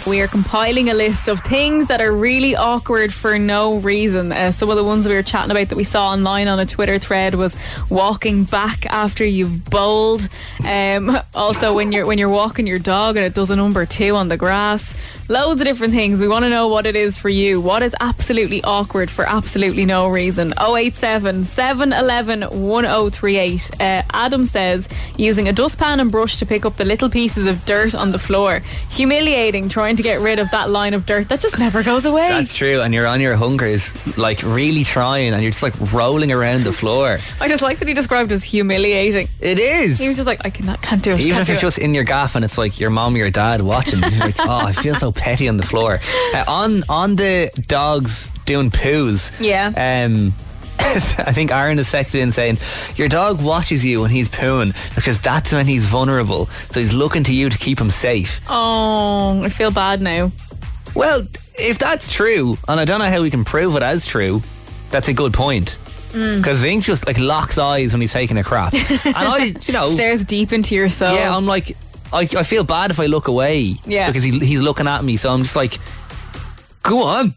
F: We are compiling a list of things that are really awkward for no reason. Uh, some of the ones we were chatting about that we saw online on a Twitter thread was walking back after you've bowled. Um, [laughs] also, when you're when you're walking your dog and it does a number two on the grass. Loads of different things. We want to know what it is for you. What is absolutely awkward for absolutely no reason? 087 711 1038. Uh, Adam says using a dustpan and brush to pick up the little pieces of dirt on the floor. Humiliating trying to get rid of that line of dirt that just never goes away.
B: That's true, and you're on your hunkers, like really trying, and you're just like rolling around the floor.
F: I just like that he described as humiliating.
B: It is.
F: He was just like, I cannot, can't do it.
B: Even
F: can't
B: if
F: do
B: you're
F: it.
B: just in your gaff and it's like your mom or your dad watching, you're like, oh, I feel so petty on the
F: [laughs]
B: floor. Uh, on on the dogs doing poos.
F: Yeah.
B: Um, [laughs] I think Aaron is sexy in saying your dog watches you when he's pooing because that's when he's vulnerable. So he's looking to you to keep him safe.
F: oh, I feel bad now.
B: Well, if that's true, and I don't know how we can prove it as true, that's a good point.
F: Mm.
B: Because Zink just like locks eyes when he's taking a crap,
F: [laughs]
B: and I, you know,
F: Stares deep into your soul.
B: Oh. yeah, I'm like, I, I feel bad if I look away.
F: Yeah.
B: Because he, he's looking at me. So I'm just like, go
F: [laughs]
B: on.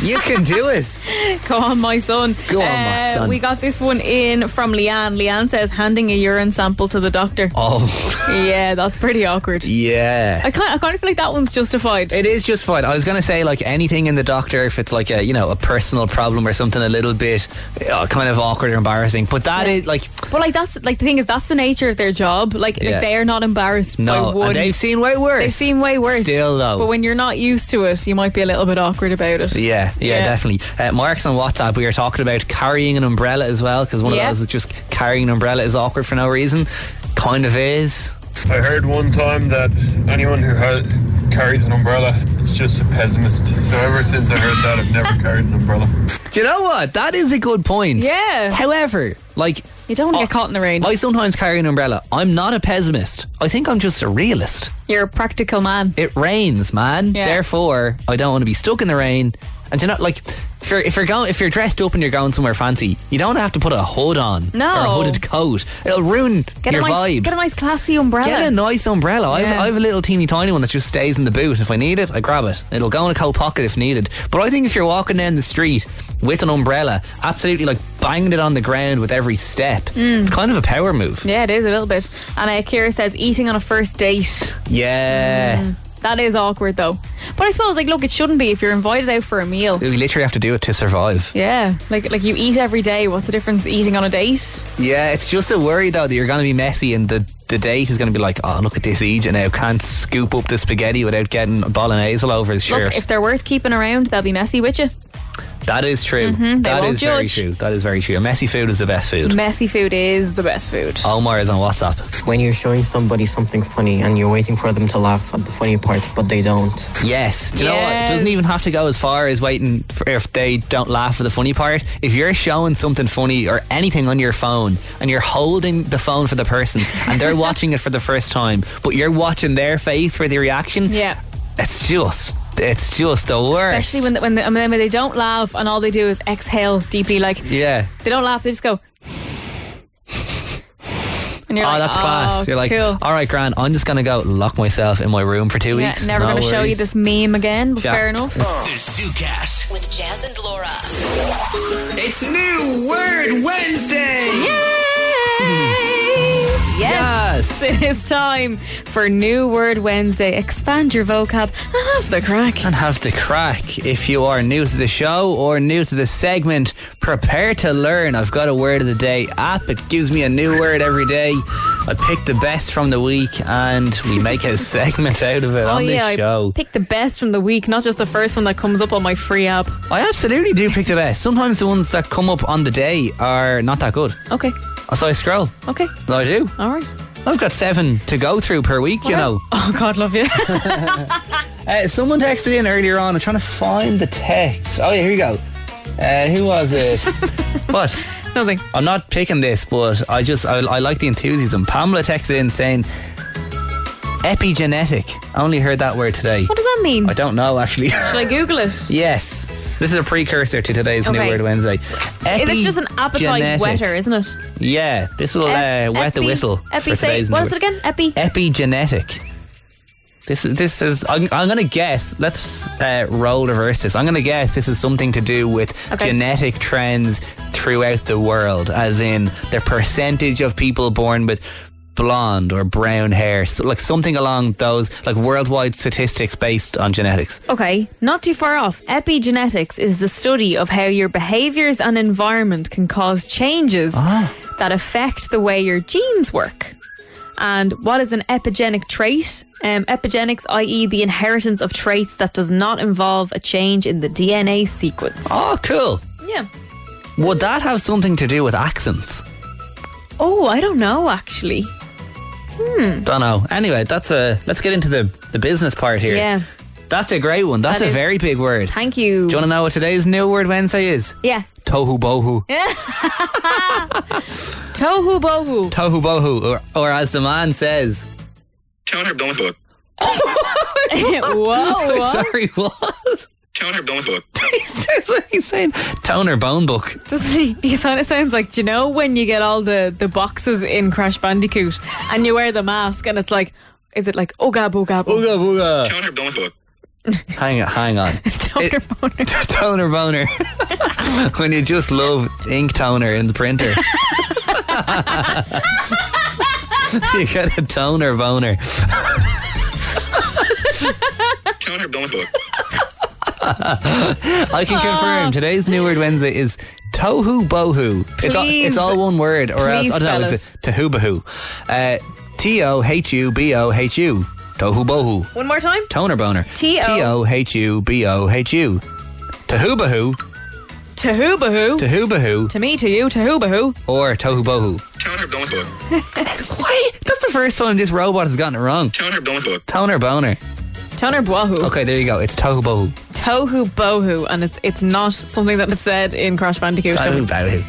B: you can do it.
F: Go on, my son. Uh,
B: Go on, my son.
F: We got this one in from Leanne. Leanne says handing a urine sample to the doctor.
B: Oh,
F: Yeah, that's pretty awkward.
B: yeah.
F: I kind, I kind of feel like that one's justified.
B: It is just fine. I was going to say, like, anything in the doctor, if it's like a, you know, a personal problem or something a little bit uh, kind of awkward or embarrassing. But that
F: Yeah.
B: is like,
F: but like that's like the thing is that's the nature of their job. Like,
B: Yeah.
F: like they're not embarrassed by
B: no.
F: one.
B: And they've seen way worse.
F: They've seen way worse.
B: Still, though.
F: But when you're not used to it, you might be a little bit awkward about it.
B: Yeah, yeah,
F: Yeah.
B: definitely. Uh, Mark's on WhatsApp. We were talking about carrying an umbrella as well because one
F: Yeah.
B: of those is just carrying an umbrella is awkward for no reason. Kind of is.
G: I heard one time that anyone who ha- carries an umbrella is just a pessimist. So ever since I heard that, I've never carried an umbrella.
B: Do you know what? That is a good point.
F: Yeah.
B: However, like
F: You don't want
B: Oh,
F: to get caught in the rain.
B: I sometimes carry an umbrella. I'm not a pessimist. I think I'm just a realist.
F: You're a practical man.
B: It rains, man.
F: Yeah.
B: Therefore, I don't want to be stuck in the rain. And do you know, like, if you're, if you're going, if you're dressed up and you're going somewhere fancy, you don't have to put a hood on
F: No.
B: or a hooded coat. It'll ruin
F: Get
B: your
F: a nice,
B: vibe.
F: get a nice classy umbrella.
B: Get a nice umbrella. I, have,
F: Yeah.
B: I have a little teeny tiny one that just stays in the boot. If I need it, I grab it. It'll go in a coat pocket if needed. But I think if you're walking down the street with an umbrella, absolutely like banging it on the ground with every step, it's kind of a power move.
F: Mm. yeah, it is a little bit. And uh, Kira says eating on a first date.
B: Yeah.
F: Mm. That is awkward though. But I suppose like look, it shouldn't be if you're invited out for a meal.
B: You literally have to do it to survive.
F: Yeah, like like you eat every day. What's the difference eating on a date?
B: Yeah, it's just a worry though that you're going to be messy and the, the date is going to be like, oh, look at this Egypt now. Can't scoop up the spaghetti without getting bolognese all over his shirt.
F: Look, if they're worth keeping around, they'll be messy with you.
B: That is true.
F: Mm-hmm, they
B: That
F: won't
B: is very
F: judge.
B: true. That is very true. And messy food is the best food.
F: Messy food is the best food.
B: Omar is on WhatsApp.
H: When you're showing somebody something funny and you're waiting for them to laugh at the funny part, but they don't.
B: Yes. Do you know what? It
F: Yes.
B: doesn't even have to go as far as waiting for if they don't laugh for the funny part. If you're showing something funny or anything on your phone and you're holding the phone for the person
H: [laughs]
B: and they're watching it for the first time, but you're watching their face for the reaction,
F: Yeah.
B: it's just it's just the worst.
F: Especially when, when, they, and then when they don't laugh and all they do is exhale deeply. Like,
B: Yeah.
F: they don't laugh, they just go. And you're
B: oh,
F: like,
B: that's class. You're like,
F: cool.
B: all right, Grant, I'm just going to go lock myself in my room for two
F: Yeah,
B: weeks.
F: never
B: No
F: going to show you
B: worries.
F: this meme again, but
B: Yeah.
F: fair enough.
A: The ZooCast.
I: With Jazz and Laura.
B: It's New Word Wednesday!
F: Yay!
B: Yes!
F: [laughs] It is time for New Word Wednesday. Expand your vocab and have the crack.
B: And have the crack. If you are new to the show or new to the segment, prepare to learn. I've got a word of the day app. It gives me a new word every day. I pick the best from the week and we make a segment out of it
F: Oh
B: on
F: yeah,
B: this
F: I
B: show.
F: pick the best from the week, not just the first one that comes up on my free app.
B: I absolutely do pick the best. Sometimes the ones that come up on the day are not that good.
F: Okay,
B: So I scroll.
F: okay,
B: I do.
F: all right.
B: I've got seven to go through per week, you know.
F: [laughs] Oh God, love you.
B: [laughs] Uh, someone texted in earlier on. I'm trying to find the text. Oh, yeah, here you go. Uh, who was
F: [laughs]
B: it? but
F: Nothing.
B: I'm not picking this, but I just, I, I like the enthusiasm. Pamela texted in saying, epigenetic. I only heard that word today.
F: What does that mean?
B: I don't know, actually. [laughs]
F: Should I Google it?
B: yes. This is a precursor to today's New
F: Okay.
B: Word Wednesday.
F: It is just an appetite
B: Epigenetic.
F: wetter, isn't it?
B: Yeah, this will uh,
F: Ep-
B: wet the
F: epi-
B: whistle
F: Epi
B: for
F: say,
B: today's
F: what
B: New
F: is
B: Word-
F: it again? Epi.
B: epigenetic. This is this is. I'm, I'm going to guess. Let's uh, roll reverse this. I'm going to guess this is something to do with
F: Okay.
B: genetic trends throughout the world, as in the percentage of people born with blonde or brown hair, so, like something along those like worldwide statistics based on genetics.
F: Okay, not too far off. Epigenetics is the study of how your behaviors and environment can cause changes
B: Ah.
F: that affect the way your genes work. And what is an epigenetic trait? Um, epigenetics, i.e., the inheritance of traits that does not involve a change in the DNA sequence.
B: Oh, cool.
F: Yeah.
B: Would that have something to do with accents?
F: Oh, I don't know actually.
B: Don't know. Anyway, that's a. Let's get into the the business part here.
F: Yeah.
B: That's a great one. That's
F: That
B: a
F: is-
B: very big word.
F: Thank you.
B: Do you want to know what today's new word Wednesday is?
F: yeah.
B: Tohu bohu.
F: Tohu bohu. [laughs]
B: Tohu bohu, or, or as the man says.
J: Toner bone book.
F: Whoa. what?
B: [laughs] Sorry, what? [laughs]
J: Toner bone book.
B: he says what he's saying. Toner bone book.
F: Doesn't he? He kind of sounds like, do you know when you get all the, the boxes in Crash Bandicoot and you wear the mask and it's like, is it like, oh gab, oh gab, oh
B: Booga booga.
J: Toner bone book.
B: Hang on, hang on. [laughs]
F: Toner boner.
B: toner boner. [laughs] when you just love ink toner in the printer. [laughs] you get a toner boner.
J: Toner bone book.
B: I can confirm today's new word Wednesday is tohu bohu. it's all,
F: Please.
B: it's all one word, or
F: Please,
B: else I don't know. It's
F: fellas.
B: tohubahu. Uh, T o h u b o h u. Tohu bohu.
F: One more time.
B: Toner boner.
F: T O-
B: T o h u b o h u. Tohubahu.
F: To who bahoo.
B: Tohubahu.
F: To me, to you, to who bahoo.
B: Or tohu bohu.
J: Toner bone book.
B: Why? That's the first time this robot has gotten it wrong.
J: Toner bone book.
B: Toner boner.
F: Toner bohu.
B: Okay, there you go. It's tohu bohu.
F: Tohu bohu. And it's it's not something that is said in Crash Bandicoot.
B: Tohu bohu.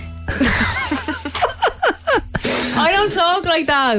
F: I don't talk like that.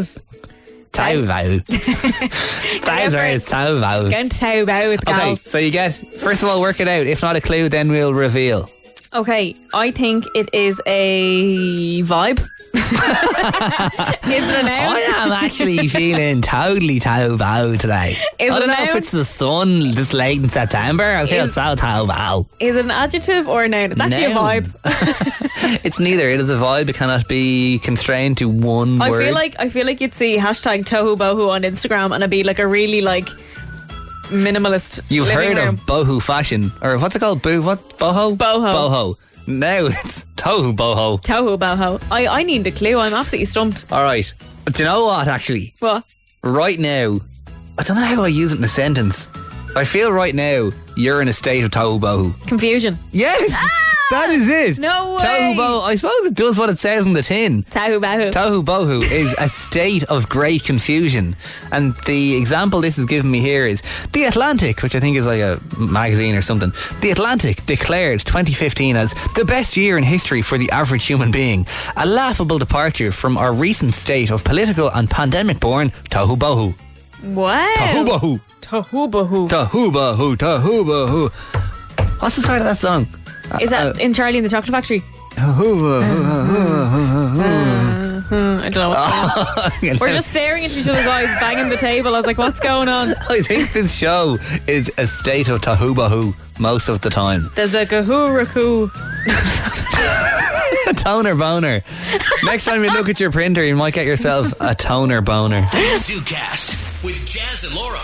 B: Tohu
F: [laughs]
B: bohu. That is right. It's tohu bohu.
F: Don't tohu bohu with
B: Okay,
F: gals.
B: so you get first of all work it out. If not a clue, then we'll reveal.
F: Okay, I think it is a vibe. [laughs] is
B: Oh,
F: it a noun?
B: I am [laughs] actually feeling totally toe bow today.
F: Is
B: I don't
F: it
B: know
F: now?
B: if it's the sun this late in September. I feel
F: Is-
B: so toe bow.
F: Is it an adjective or a noun? It's actually a
B: Noun.
F: vibe.
B: [laughs] It's neither. It is a vibe. It cannot be constrained to one
F: I
B: word.
F: feel like I feel like you'd see hashtag Tohu Bohu on Instagram, and it'd be like a really like minimalist.
B: You've
F: living
B: heard
F: room.
B: of boho fashion, or what's it called? Boo? What? Boho?
F: Boho.
B: Boho. Now it's [laughs] tohu boho.
F: Tohu Bohu. I I need a clue. I'm absolutely stumped.
B: All right. Do you know what? Actually,
F: What?
B: right now, I don't know how I use it in a sentence. I feel right now you're in a state of tohu bohu.
F: Confusion.
B: Yes. That is it.
F: Ah! No way.
B: Tohu bohu. I suppose it does what it says on the tin.
F: Tahu bahu.
B: Tohu bohu is
F: [laughs]
B: a state of great confusion. And the example this is giving me here is The Atlantic, which I think is like a magazine or something. The Atlantic declared 2015 as the best year in history for the average human being. A laughable departure from our recent state of political and pandemic born tohu bohu.
F: Wow.
B: Tohu bohu.
F: Tahu bahu.
B: Tohu bohu. Tohu bohu. What's the start of that song?
F: Is that in Charlie and the Chocolate Factory? Mm, I don't know. What's
B: Ah.
F: going on. [laughs] We're just staring into each other's eyes, banging the table. I was like, what's going on?
B: [laughs] I think this show is a state of tahubahoo most of the time. [laughs]
F: There's a kahoo
B: toner boner. Next time you look at your printer, you might get yourself a toner boner.
A: ZooCast with Jazz and Laura.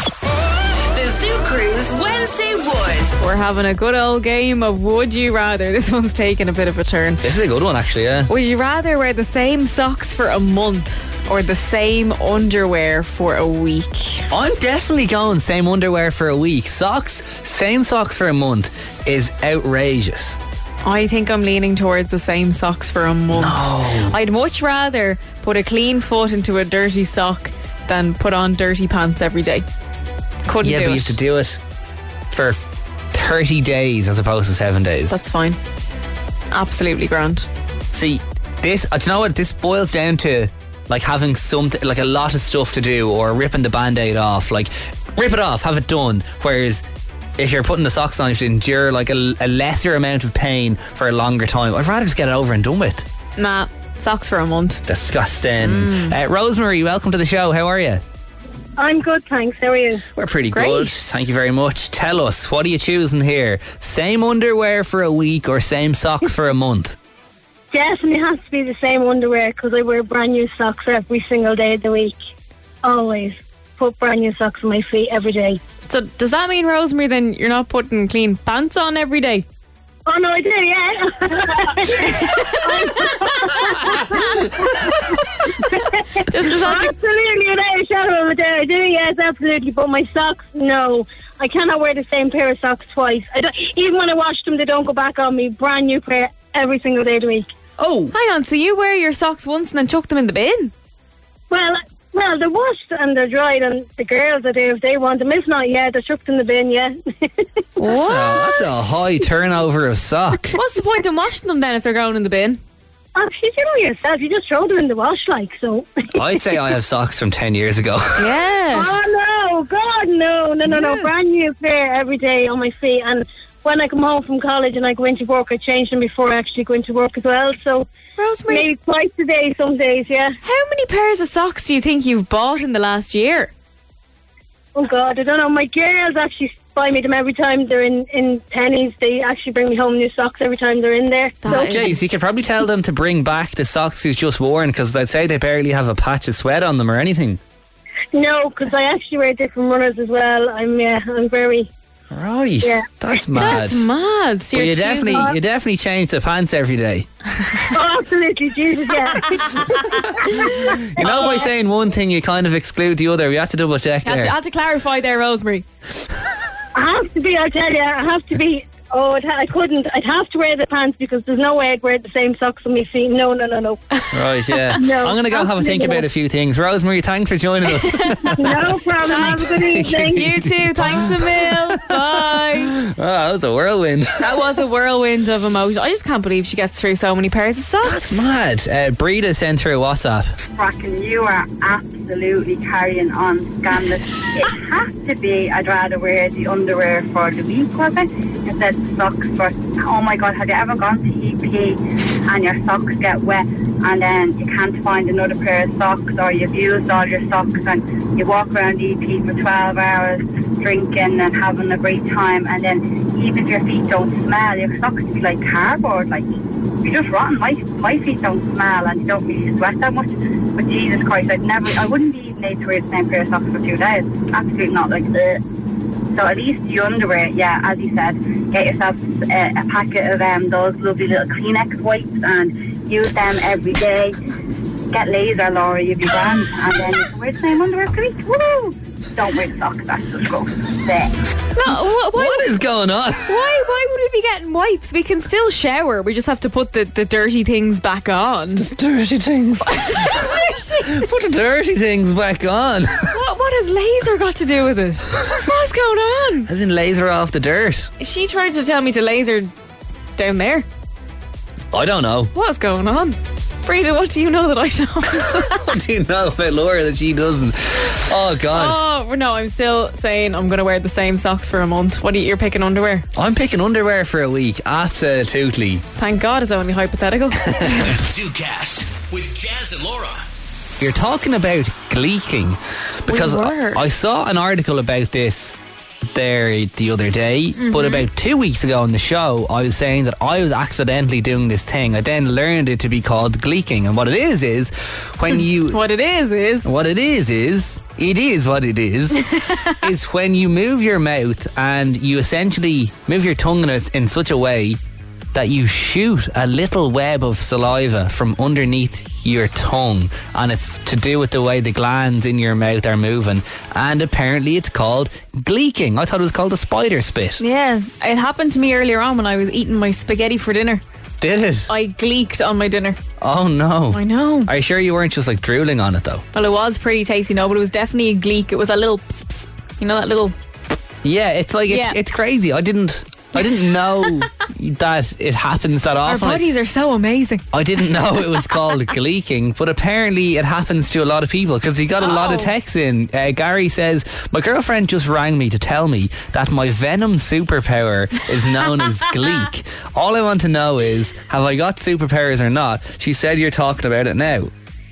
I: The Zoo Cruise Wednesday Wood.
F: We're having a good old game of Would You Rather. This one's taking a bit of a turn.
B: This is a good one, actually. Yeah.
F: Would you rather wear the same socks for a month or the same underwear for a week?
B: I'm definitely going same underwear for a week. Socks, same socks for a month is outrageous.
F: I think I'm leaning towards the same socks for a month.
B: No.
F: I'd much rather put a clean foot into a dirty sock than put on dirty pants every day. Couldn't
B: yeah,
F: do
B: but
F: it.
B: you have to do it for 30 days as opposed to seven days.
F: That's fine. Absolutely grand.
B: See, this, uh, do you know what? This boils down to like having something, like a lot of stuff to do or ripping the band aid off. Like, rip it off, have it done. Whereas if you're putting the socks on, you have to endure like a, a lesser amount of pain for a longer time. I'd rather just get it over and done with.
F: Nah, socks for a month.
B: Disgusting. Uh, Rosemary, welcome to the show. How are you?
K: Mm. I'm good, thanks. How are you?
B: We're pretty
F: Great.
B: good. Thank you very much. Tell us, what are you choosing here? Same underwear for a week or same socks for a month?
K: Definitely has to be the same underwear because I wear brand new socks every single day of the week. Always put brand new socks on my feet every day.
F: So does that mean Rosemary then you're not putting clean pants on every day?
K: Oh no, I do, [laughs] yeah.
F: Just as I
K: absolutely, without a shadow of a doubt, I do, yes, absolutely. But my socks, no, I cannot wear the same pair of socks twice. I don't, even when I wash them, they don't go back on me. Brand new pair every single day of the week.
B: Oh,
F: Hang on, so you wear your socks once and then chuck them in the bin?
K: Well, well, they're washed and they're dried, and the girls are there if they want them. If not, yeah, they're chucked in the bin, yeah. [laughs]
B: that's a, that's a high turnover of sock.
F: What's the point in washing them then if they're going in the bin?
K: Actually, Oh, you know yourself, you just throw them in the wash, like, [laughs] so.
B: I'd say I have socks from 10 years ago.
F: Yeah.
K: oh, no, God, no, no, no, no. Brand new pair every day on my feet. And when I come home from college and I go into work, I change them before I actually go into work as well. So
F: Rosemary,
K: maybe twice a day some days, yeah.
F: how many pairs of socks do you think you've bought in the last year?
K: Oh, God, I don't know. My girls actually buy me them every time they're in, in pennies. They actually bring me home new socks every time they're in there.
F: [laughs] That is-
B: Jeez, you could probably tell them to bring back the socks you've just worn because I'd say they barely have a patch of sweat on them or anything.
K: No, because I actually wear different runners as well. I'm, yeah, I'm very...
B: Right.
K: Yeah.
B: That's mad.
F: That's mad. So
B: But
F: you're
B: you
F: choosing-
B: definitely, you definitely change the pants every day.
K: Oh, absolutely, Jesus, yeah.
B: [laughs] You know, by saying one thing, you kind of exclude the other. We have to double check
F: I had,
B: there.
F: to, I had to clarify there, Rosemary.
K: I have to be, I tell you, I have to be. Oh, I'd ha- I couldn't. I'd have to wear the pants because there's no way I'd wear the same socks on my feet. No, no, no, no.
B: Right, [laughs] yeah.
K: No,
B: I'm going to go have a think
K: absolutely
B: about
K: not.
B: a few things. Rosemary, thanks for joining us.
K: [laughs] No problem. Have a good evening.
F: You too. Thanks a mil.
B: [laughs] [laughs]
F: Bye.
B: oh, that was a whirlwind.
F: That was a whirlwind of emotion. I just can't believe she gets through so many pairs of socks.
B: That's mad. Uh, Breda sent through WhatsApp. [laughs]
K: Bracken, you are absolutely carrying on scandalous. It has to be. I'd rather wear the underwear for the week, was it? Instead of socks for. Oh my God, have you ever gone to EP and your socks get wet and then you can't find another pair of socks or you've used all your socks and you walk around EP for 12 hours drinking and having a great time and then even if your feet don't smell, your socks be like cardboard, like you're just rotten. My my feet don't smell and you don't really sweat that much. But Jesus Christ, I'd never, I wouldn't be even able to wear the same pair of socks for two days. Absolutely not. Like the. So at least the underwear, yeah, as you said, get yourself a, a packet of um, those lovely little Kleenex wipes and use them every day. Get laser, Laura, you'd be grand. And then you can wear the same underwear for each. Woo! Don't wear socks. That's just gross. Bleh.
F: No, wh- why,
B: What is going on?
F: Why why would we be getting wipes? We can still shower. We just have to put the, the dirty things
B: [laughs]
F: back on.
B: dirty [laughs] things.
F: what,
B: Put the dirty things back on. [laughs]
F: what has laser got to do with it? What's going on?
B: As in laser off the dirt.
F: She tried to tell me to laser down there.
B: I don't know. [laughs]
F: What's going on? Breda, what do you know that
B: [laughs]
F: I don't?
B: What do you know about Laura that she doesn't? Oh god.
F: oh, no, I'm still saying I'm going to wear the same socks for a month. What are you, you're picking underwear?
B: I'm picking underwear for a week. Absolutely.
F: Thank God it's
B: [laughs]
F: only hypothetical.
A: The ZooCast with Jazz and Laura.
B: You're talking about gleeking because
A: We
B: I,
A: were.
B: I saw an article about this there the other day, but
A: Mhm.
B: about two weeks ago on the show, I was saying that I was accidentally doing this thing. I then learned it to be called gleeking, and what it is is
A: [laughs]
B: when you
F: what it is is
B: what it is is it is what it
F: [laughs]
B: is is when you move your mouth and you essentially move your tongue in, a, in such a way that you shoot a little web of saliva from underneath your tongue and it's to do with the way the glands in your mouth are moving and apparently it's called gleeking i thought it was called a spider spit
F: Yeah, it happened to me earlier on when I was eating my spaghetti for dinner.
B: did it
F: I gleeked on my dinner.
B: oh no
F: I know
B: are you sure you weren't just like drooling on it though
F: Well, it was pretty tasty, no, but it was definitely a gleek. It was a little, pss, pss, you know, that little.
B: Yeah, it's like it's,
F: Yeah.
B: it's crazy. I didn't I didn't
F: [laughs]
B: know that it happens that
F: Our
B: often.
F: bodies are so amazing.
B: I didn't know it was
F: [laughs]
B: called gleeking, but apparently it happens to a lot of people because he got a lot of
F: Oh.
B: texts in. Uh, Gary says, My girlfriend just rang me to tell me that my venom superpower is known
F: [laughs]
B: as gleek. All I want to know is, have I got superpowers or not? She said, You're talking about it now.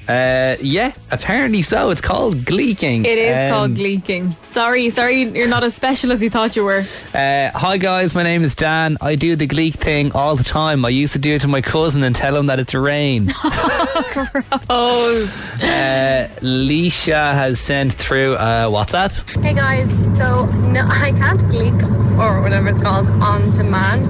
B: Uh, yeah, apparently so. It's called gleeking.
F: It is
B: Um,
F: called gleeking. Sorry, sorry, you're not as special as you thought you were.
B: Uh, hi guys, my name is Dan. I do the Gleek thing all the time. I used to do it to my cousin and tell him that it's rain.
F: [laughs] Oh,
B: uh, Leisha has sent through uh, WhatsApp.
L: Hey guys, so no, [laughs] I can't click or whatever it's called on demand,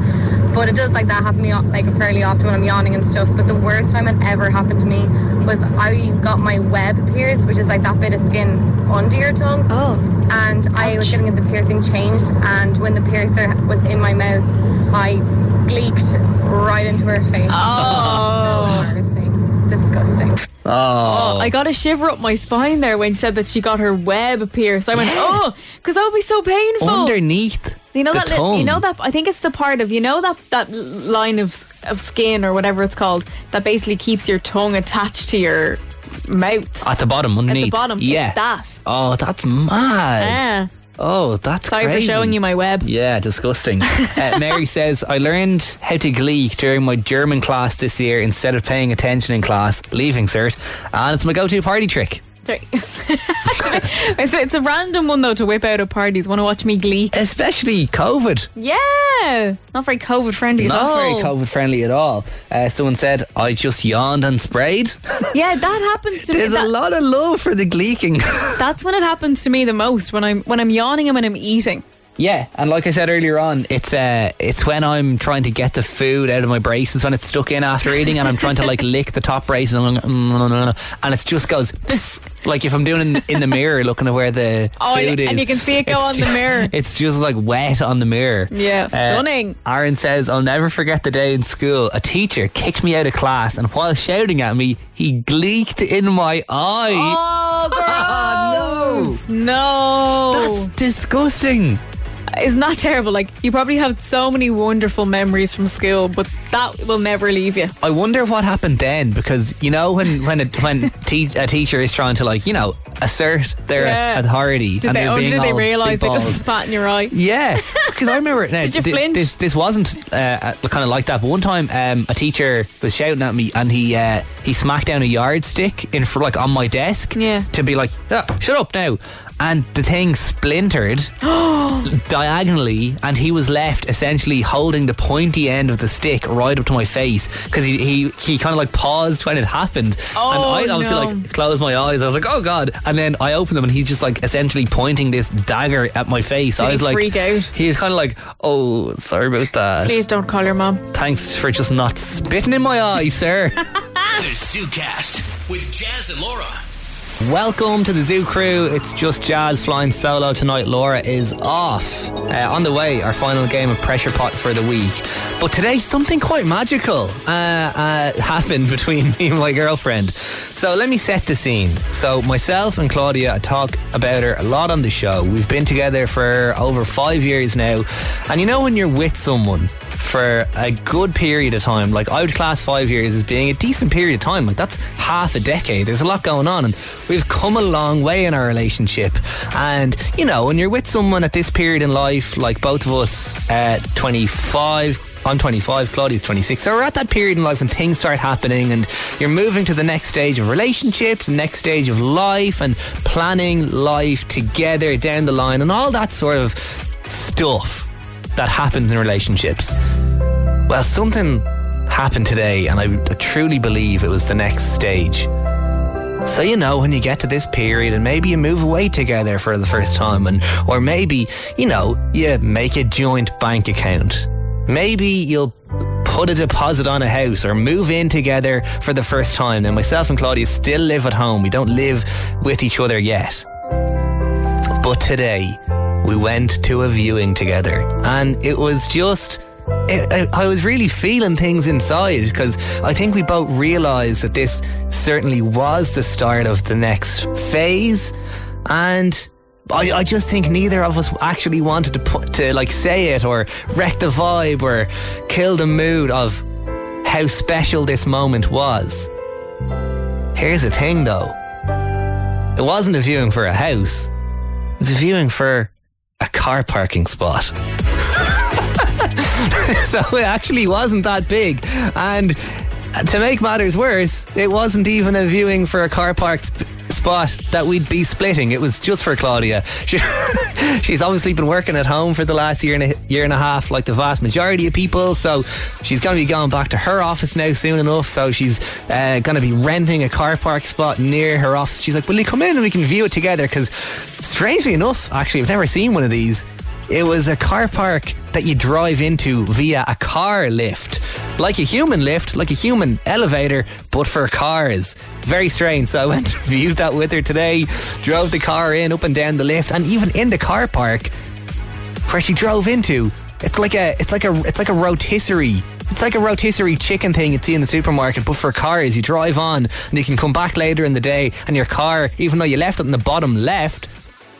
L: but it does like that happen to me like fairly often when I'm yawning and stuff. But the worst time it ever happened to me was I got my web pierced, which is like that bit of skin under your tongue.
F: Oh.
L: And I was getting the piercing changed, and when the piercer was in my mouth, I gleeked right into her face.
F: Oh.
L: So embarrassing. Disgusting.
B: Oh.
F: I got a shiver up my spine there when she said that she got her web pierced. I [gasps] went, oh, because that would be so painful.
B: Oh. Underneath.
F: You know
B: the
F: that.
B: tongue.
F: Li- you know that. I think it's the part of you know that that line of of skin or whatever it's called that basically keeps your tongue attached to your mouth
B: At the bottom, underneath.
F: at the bottom.
B: Yeah.
F: It's that.
B: Oh, that's mad. Oh, that's
F: Sorry
B: crazy.
F: for showing you my web.
B: Yeah, disgusting. uh, Mary says, I learned how to gleek during my German class this year instead of paying attention in class, leaving cert, and it's my go to party trick.
F: Sorry. [laughs] it's, a, it's a random one though to whip out at parties. Want to watch me glee?
B: Especially COVID.
F: Yeah, not very COVID friendly at all.
B: Not very COVID friendly at all. Uh, someone said, I just yawned and sprayed.
F: Yeah, that happens to
B: There's
F: me.
B: a
F: That-
B: lot of love for the gleeking.
F: that's when it happens to me the most when I'm when I'm yawning and when I'm eating.
B: yeah, and like I said earlier on, it's uh, it's when I'm trying to get the food out of my braces when it's stuck in after eating, and I'm trying to like [laughs] lick the top braces, and, I'm like, mm, no, no, no, and it just goes like if I'm doing it in, in the mirror, looking at where the
F: [laughs] Oh,
B: food
F: and-
B: is,
F: and you can see it go
B: it's
F: on the
B: ju-
F: mirror.
B: [laughs] It's just like wet on the mirror.
F: Yeah,
B: Uh,
F: stunning.
B: Aaron says, I'll never forget the day in school. A teacher kicked me out of class, and while shouting at me, he gleeked in my eye. [laughs]
F: Oh, gross! no,
B: that's disgusting.
F: Isn't that [laughs] terrible? Like you probably have so many wonderful memories from school, but that will never leave you.
B: I wonder what happened then because you know when when a, when te- a teacher is trying to like you know assert their
F: Yeah.
B: authority
F: Did
B: and
F: they,
B: they're
F: oh,
B: being
F: did they
B: all
F: realise
B: big
F: they
B: balls.
F: just spat in your eye?
B: Yeah, because I remember it now.
F: [laughs] Did you
B: thi-
F: flinch?
B: This this wasn't uh, kind of like that. But one time, um, a teacher was shouting at me, and he uh, he smacked down a yardstick in fr- like on my desk.
F: Yeah.
B: To be like, "Ah, shut up now, and the thing splintered
F: [gasps]
B: diagonally, and he was left essentially holding the pointy end of the stick right up to my face because he he, he kind of like paused when it happened,
A: Oh,
B: and I obviously
A: no.
B: like closed my eyes. I was like, oh god, and then I opened them, and he's just like essentially pointing this dagger at my face.
F: Did
B: I was
F: he
B: like,
F: freak out?
B: he was kind of like, oh, sorry about that.
F: Please don't call your mom.
B: Thanks for just not spitting in my eye, sir.
A: The ZooCast with Jazz and Laura.
B: Welcome to the Zoo Crew. It's just Jazz flying solo tonight. Laura is off. Uh, on the way, our final game of Pressure Pot for the week. But today, something quite magical uh, uh, happened [laughs] between me and my girlfriend. So let me set the scene. So, myself and Claudia talk about her a lot on the show. We've been together for over five years now. And you know, when you're with someone, for a good period of time. Like I would class five years as being a decent period of time. Like that's half a decade. There's a lot going on, and we've come a long way in our relationship. And you know, when you're with someone at this period in life, like both of us at 25. I'm 25, Claudia's 26. So we're at that period in life when things start happening and you're moving to the next stage of relationships, the next stage of life, and planning life together down the line and all that sort of stuff that happens in relationships. Well, something happened today, and I truly believe it was the next stage. So you know when you get to this period and maybe you move away together for the first time and or maybe, you know, you make a joint bank account. Maybe you'll put a deposit on a house or move in together for the first time. Now myself and Claudia still live at home. We don't live with each other yet. But today, we went to a viewing together, and it was just. It, I, I was really feeling things inside because I think we both realised that this certainly was the start of the next phase, and I, I just think neither of us actually wanted to put to like say it or wreck the vibe or kill the mood of how special this moment was. Here's the thing, though. It wasn't a viewing for a house. It's a viewing for a car parking spot. [laughs] so it actually wasn't that big. And to make matters worse, it wasn't even a viewing for a car park sp- spot that we'd be splitting. It was just for Claudia. [laughs] She, she's obviously been working at home for the last year and a year and a half, like the vast majority of people. So she's going to be going back to her office now soon enough. So she's uh, going to be renting a car park spot near her office. She's like, "Will you come in and we can view it together?" Because strangely enough, actually, I've never seen one of these. It was a car park that you drive into via a car lift. Like a human lift, like a human elevator, but for cars. Very strange. So I went [laughs] to view that with her today, drove the car in, up and down the lift, and even in the car park where she drove into, it's like a it's like a it's like a rotisserie. It's like a rotisserie chicken thing you'd see in the supermarket, but for cars, you drive on and you can come back later in the day and your car, even though you left it in the bottom left,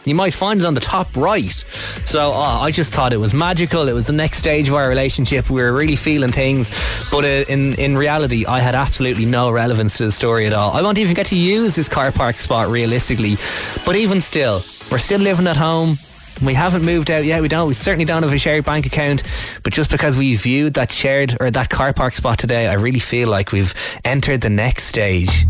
B: you might find it on the top right. So oh, I just thought it was magical. It was the next stage of our relationship. We were really feeling things, but uh, in in reality, I had absolutely no relevance to the story at all. I won't even get to use this car park spot realistically. But even still, we're still living at home. We haven't moved out yet. We don't. We certainly don't have a shared bank account. But just because we viewed that shared or that car park spot today, I really feel like we've entered the next stage.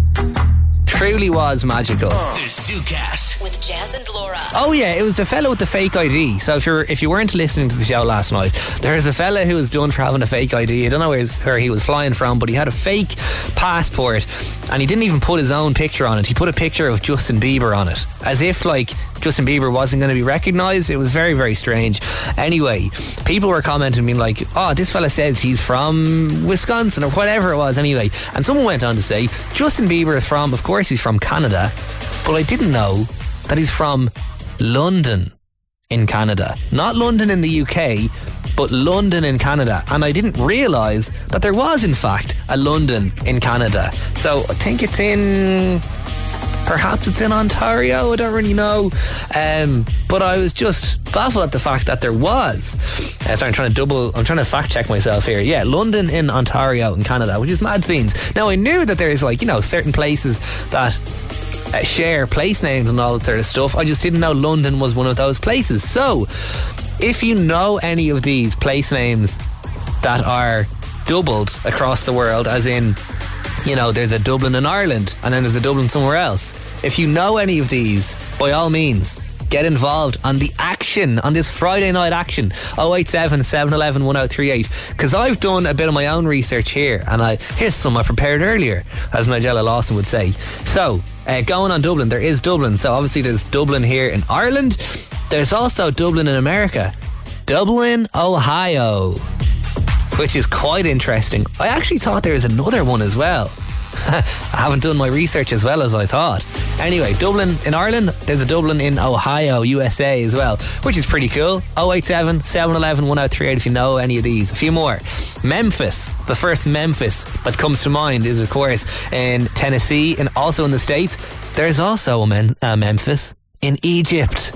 B: Truly was magical.
A: The ZooCast.
I: With Jazz and Laura.
B: Oh yeah, it was the fellow with the fake ID. So if you're if you weren't listening to the show last night, there is a fella who was done for having a fake ID. I don't know where, his- where he was flying from, but he had a fake passport, and he didn't even put his own picture on it. He put a picture of Justin Bieber on it, as if like Justin Bieber wasn't going to be recognised. It was very very strange. Anyway, people were commenting, being like, "Oh, this fella says he's from Wisconsin or whatever it was." Anyway, and someone went on to say, "Justin Bieber is from, of course, he's from Canada, but I didn't know." that is from London in Canada. Not London in the UK, but London in Canada. And I didn't realise that there was, in fact, a London in Canada. So I think it's in. Perhaps it's in Ontario, I don't really know. Um, but I was just baffled at the fact that there was. Uh, sorry, I'm trying to double, I'm trying to fact check myself here. Yeah, London in Ontario in Canada, which is mad scenes. Now, I knew that there's like, you know, certain places that uh, share place names and all that sort of stuff. I just didn't know London was one of those places. So, if you know any of these place names that are doubled across the world, as in, you know, there's a Dublin in Ireland and then there's a Dublin somewhere else, if you know any of these, by all means, get involved on the action on this Friday night action 087 711 1038 because I've done a bit of my own research here and I here's some I prepared earlier as Nigella Lawson would say so uh, going on Dublin there is Dublin so obviously there's Dublin here in Ireland there's also Dublin in America Dublin Ohio which is quite interesting I actually thought there was another one as well [laughs] I haven't done my research as well as I thought. Anyway, Dublin in Ireland, there's a Dublin in Ohio, USA as well, which is pretty cool. 087 711 1038 if you know any of these. A few more. Memphis, the first Memphis that comes to mind is, of course, in Tennessee and also in the States. There's also a, Mem- a Memphis in Egypt.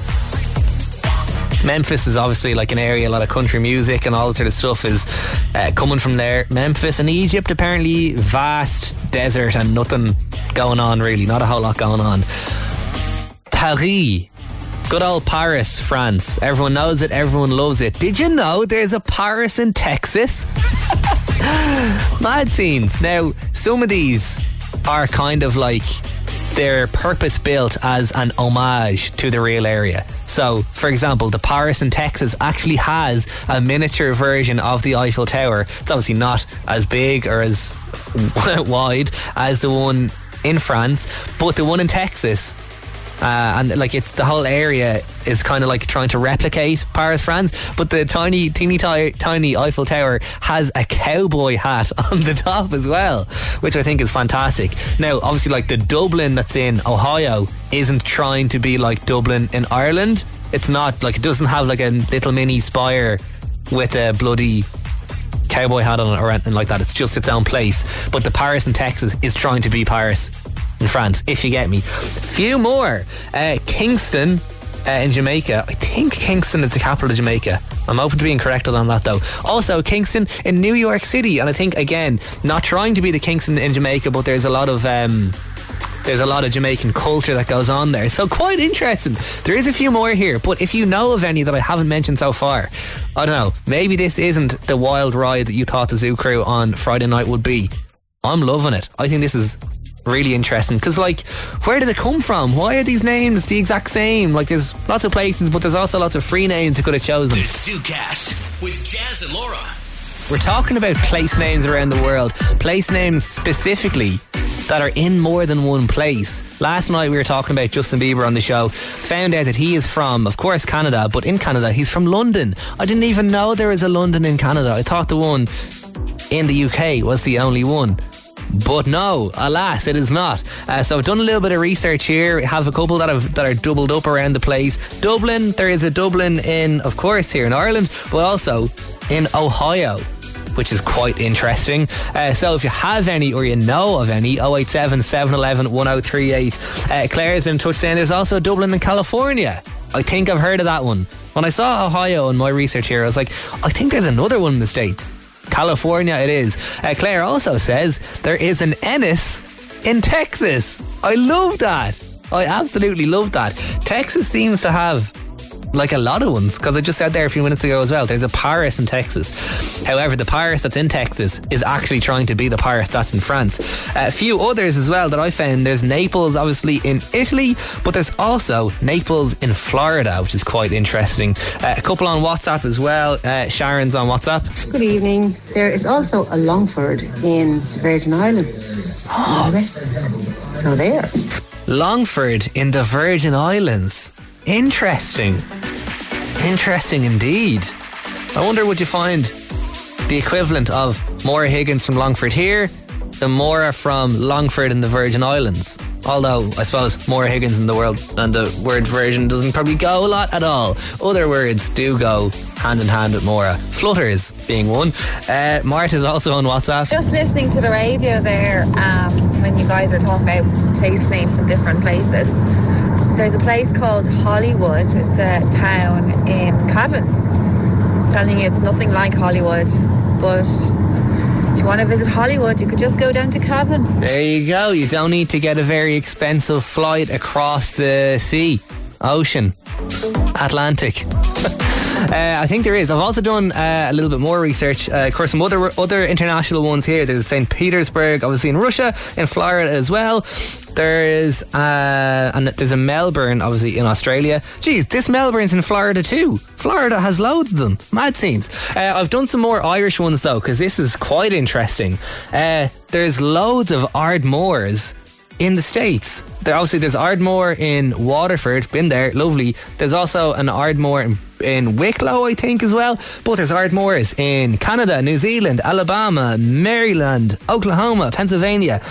B: Memphis is obviously like an area, a lot of country music and all that sort of stuff is uh, coming from there. Memphis and Egypt, apparently, vast desert and nothing going on really, not a whole lot going on. Paris. Good old Paris, France. Everyone knows it, everyone loves it. Did you know there's a Paris in Texas? [laughs] Mad scenes. Now, some of these are kind of like they're purpose built as an homage to the real area. So, for example, the Paris in Texas actually has a miniature version of the Eiffel Tower. It's obviously not as big or as [laughs] wide as the one in France, but the one in Texas uh, and like it's the whole area is kind of like trying to replicate Paris, France. But the tiny, teeny, ti- tiny Eiffel Tower has a cowboy hat [laughs] on the top as well, which I think is fantastic. Now, obviously, like the Dublin that's in Ohio isn't trying to be like Dublin in Ireland. It's not like it doesn't have like a little mini spire with a bloody cowboy hat on it or anything like that. It's just its own place. But the Paris in Texas is trying to be Paris in France, if you get me. Few more. Uh, Kingston uh, in Jamaica. I think Kingston is the capital of Jamaica. I'm open to being corrected on that though. Also, Kingston in New York City. And I think, again, not trying to be the Kingston in Jamaica, but there's a lot of. Um, there's a lot of Jamaican culture that goes on there. So quite interesting. There is a few more here, but if you know of any that I haven't mentioned so far, I don't know. Maybe this isn't the wild ride that you thought the zoo crew on Friday night would be. I'm loving it. I think this is really interesting because, like, where did it come from? Why are these names the exact same? Like, there's lots of places, but there's also lots of free names you could have chosen.
A: The ZooCast with Jazz and Laura.
B: We're talking about place names around the world, place names specifically that are in more than one place. Last night we were talking about Justin Bieber on the show, found out that he is from, of course, Canada, but in Canada, he's from London. I didn't even know there was a London in Canada. I thought the one in the UK was the only one. But no, alas, it is not. Uh, so I've done a little bit of research here. I have a couple that have that are doubled up around the place. Dublin, there is a Dublin in, of course, here in Ireland, but also in Ohio. Which is quite interesting. Uh, so, if you have any or you know of any, 087 711 1038. Uh, Claire has been in touch saying there's also a Dublin in California. I think I've heard of that one. When I saw Ohio in my research here, I was like, I think there's another one in the States. California it is. Uh, Claire also says there is an Ennis in Texas. I love that. I absolutely love that. Texas seems to have like a lot of ones because I just said there a few minutes ago as well. There's a Paris in Texas. However, the Paris that's in Texas is actually trying to be the Paris that's in France. A few others as well that I found. There's Naples, obviously in Italy, but there's also Naples in Florida, which is quite interesting. Uh, a couple on WhatsApp as well. Uh, Sharon's on WhatsApp.
M: Good evening. There is also a Longford in the Virgin
L: [gasps]
M: Islands. Oh, yes. So there.
B: Longford in the Virgin Islands. Interesting. Interesting indeed. I wonder would you find the equivalent of Maura Higgins from Longford here, the Maura from Longford in the Virgin Islands. Although I suppose Maura Higgins in the world and the word version doesn't probably go a lot at all. Other words do go hand in hand with Maura. Flutters being one. Uh, Mart is also on WhatsApp.
L: Just listening to the radio there um, when you guys are talking about place names from different places. There's a place called Hollywood. It's a town in Cavan. I'm telling you, it's nothing like Hollywood. But if you want to visit Hollywood, you could just go down to Cavan.
B: There you go. You don't need to get a very expensive flight across the sea, ocean, Atlantic. Uh, I think there is. I've also done uh, a little bit more research. Uh, of course, some other other international ones here. There's St. Petersburg, obviously in Russia, in Florida as well. There's uh, and there's a Melbourne, obviously in Australia. Geez, this Melbourne's in Florida too. Florida has loads of them. Mad scenes. Uh, I've done some more Irish ones though, because this is quite interesting. Uh, there's loads of Ardmores in the States. There obviously there's Ardmore in Waterford, been there, lovely. There's also an Ardmore in, in Wicklow, I think, as well. But there's Ardmores in Canada, New Zealand, Alabama, Maryland, Oklahoma, Pennsylvania.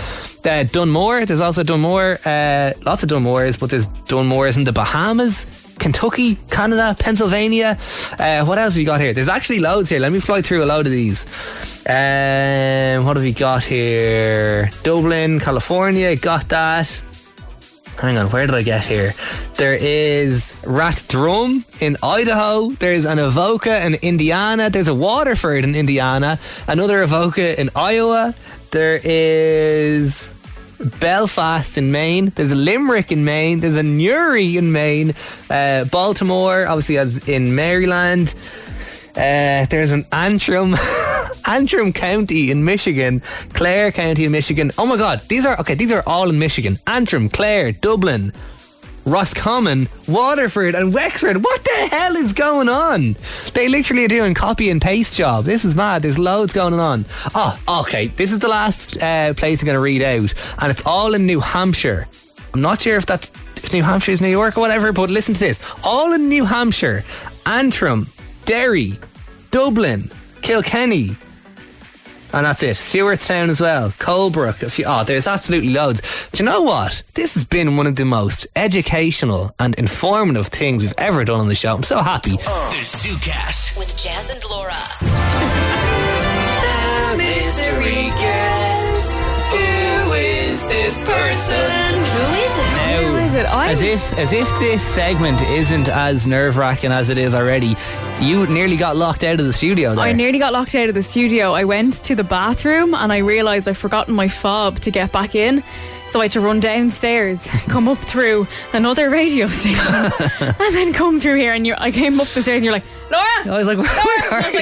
B: Uh, Dunmore, there's also Dunmore, uh, lots of Dunmores, but there's Dunmores in the Bahamas. Kentucky, Canada, Pennsylvania. Uh, what else have we got here? There's actually loads here. Let me fly through a load of these. Um, what have we got here? Dublin, California. Got that. Hang on, where did I get here? There is Rathdrum in Idaho. There's an Avoca in Indiana. There's a Waterford in Indiana. Another Avoca in Iowa. There is Belfast in Maine. There's a Limerick in Maine. There's a Newry in Maine. Uh, Baltimore, obviously, as in Maryland. Uh, there's an Antrim, [laughs] Antrim County in Michigan, Clare County in Michigan. Oh my God, these are okay. These are all in Michigan. Antrim, Clare, Dublin, Roscommon, Waterford, and Wexford. What the hell is going on? They literally are doing copy and paste job. This is mad. There's loads going on. Oh, okay. This is the last uh, place I'm going to read out, and it's all in New Hampshire. I'm not sure if that's if New Hampshire is New York or whatever, but listen to this. All in New Hampshire, Antrim, Derry, Dublin, Kilkenny, and that's it. Stewartstown as well. Colebrook. A few, oh, there's absolutely loads. Do you know what? This has been one of the most educational and informative things we've ever done on the show. I'm so happy.
A: The ZooCast.
I: With Jazz and Laura. the mystery guest. Who is this person? Who is it?
B: Now, as if as if this segment isn't as nerve wracking as it is already, you nearly got locked out of the studio. There.
F: I nearly got locked out of the studio. I went to the bathroom and I realised I'd forgotten my fob to get back in. So I had to
B: [laughs]
F: run downstairs, come up through another radio station, and then come through here. And you I came up the stairs and you're like, Laura!
B: I was like, where are you?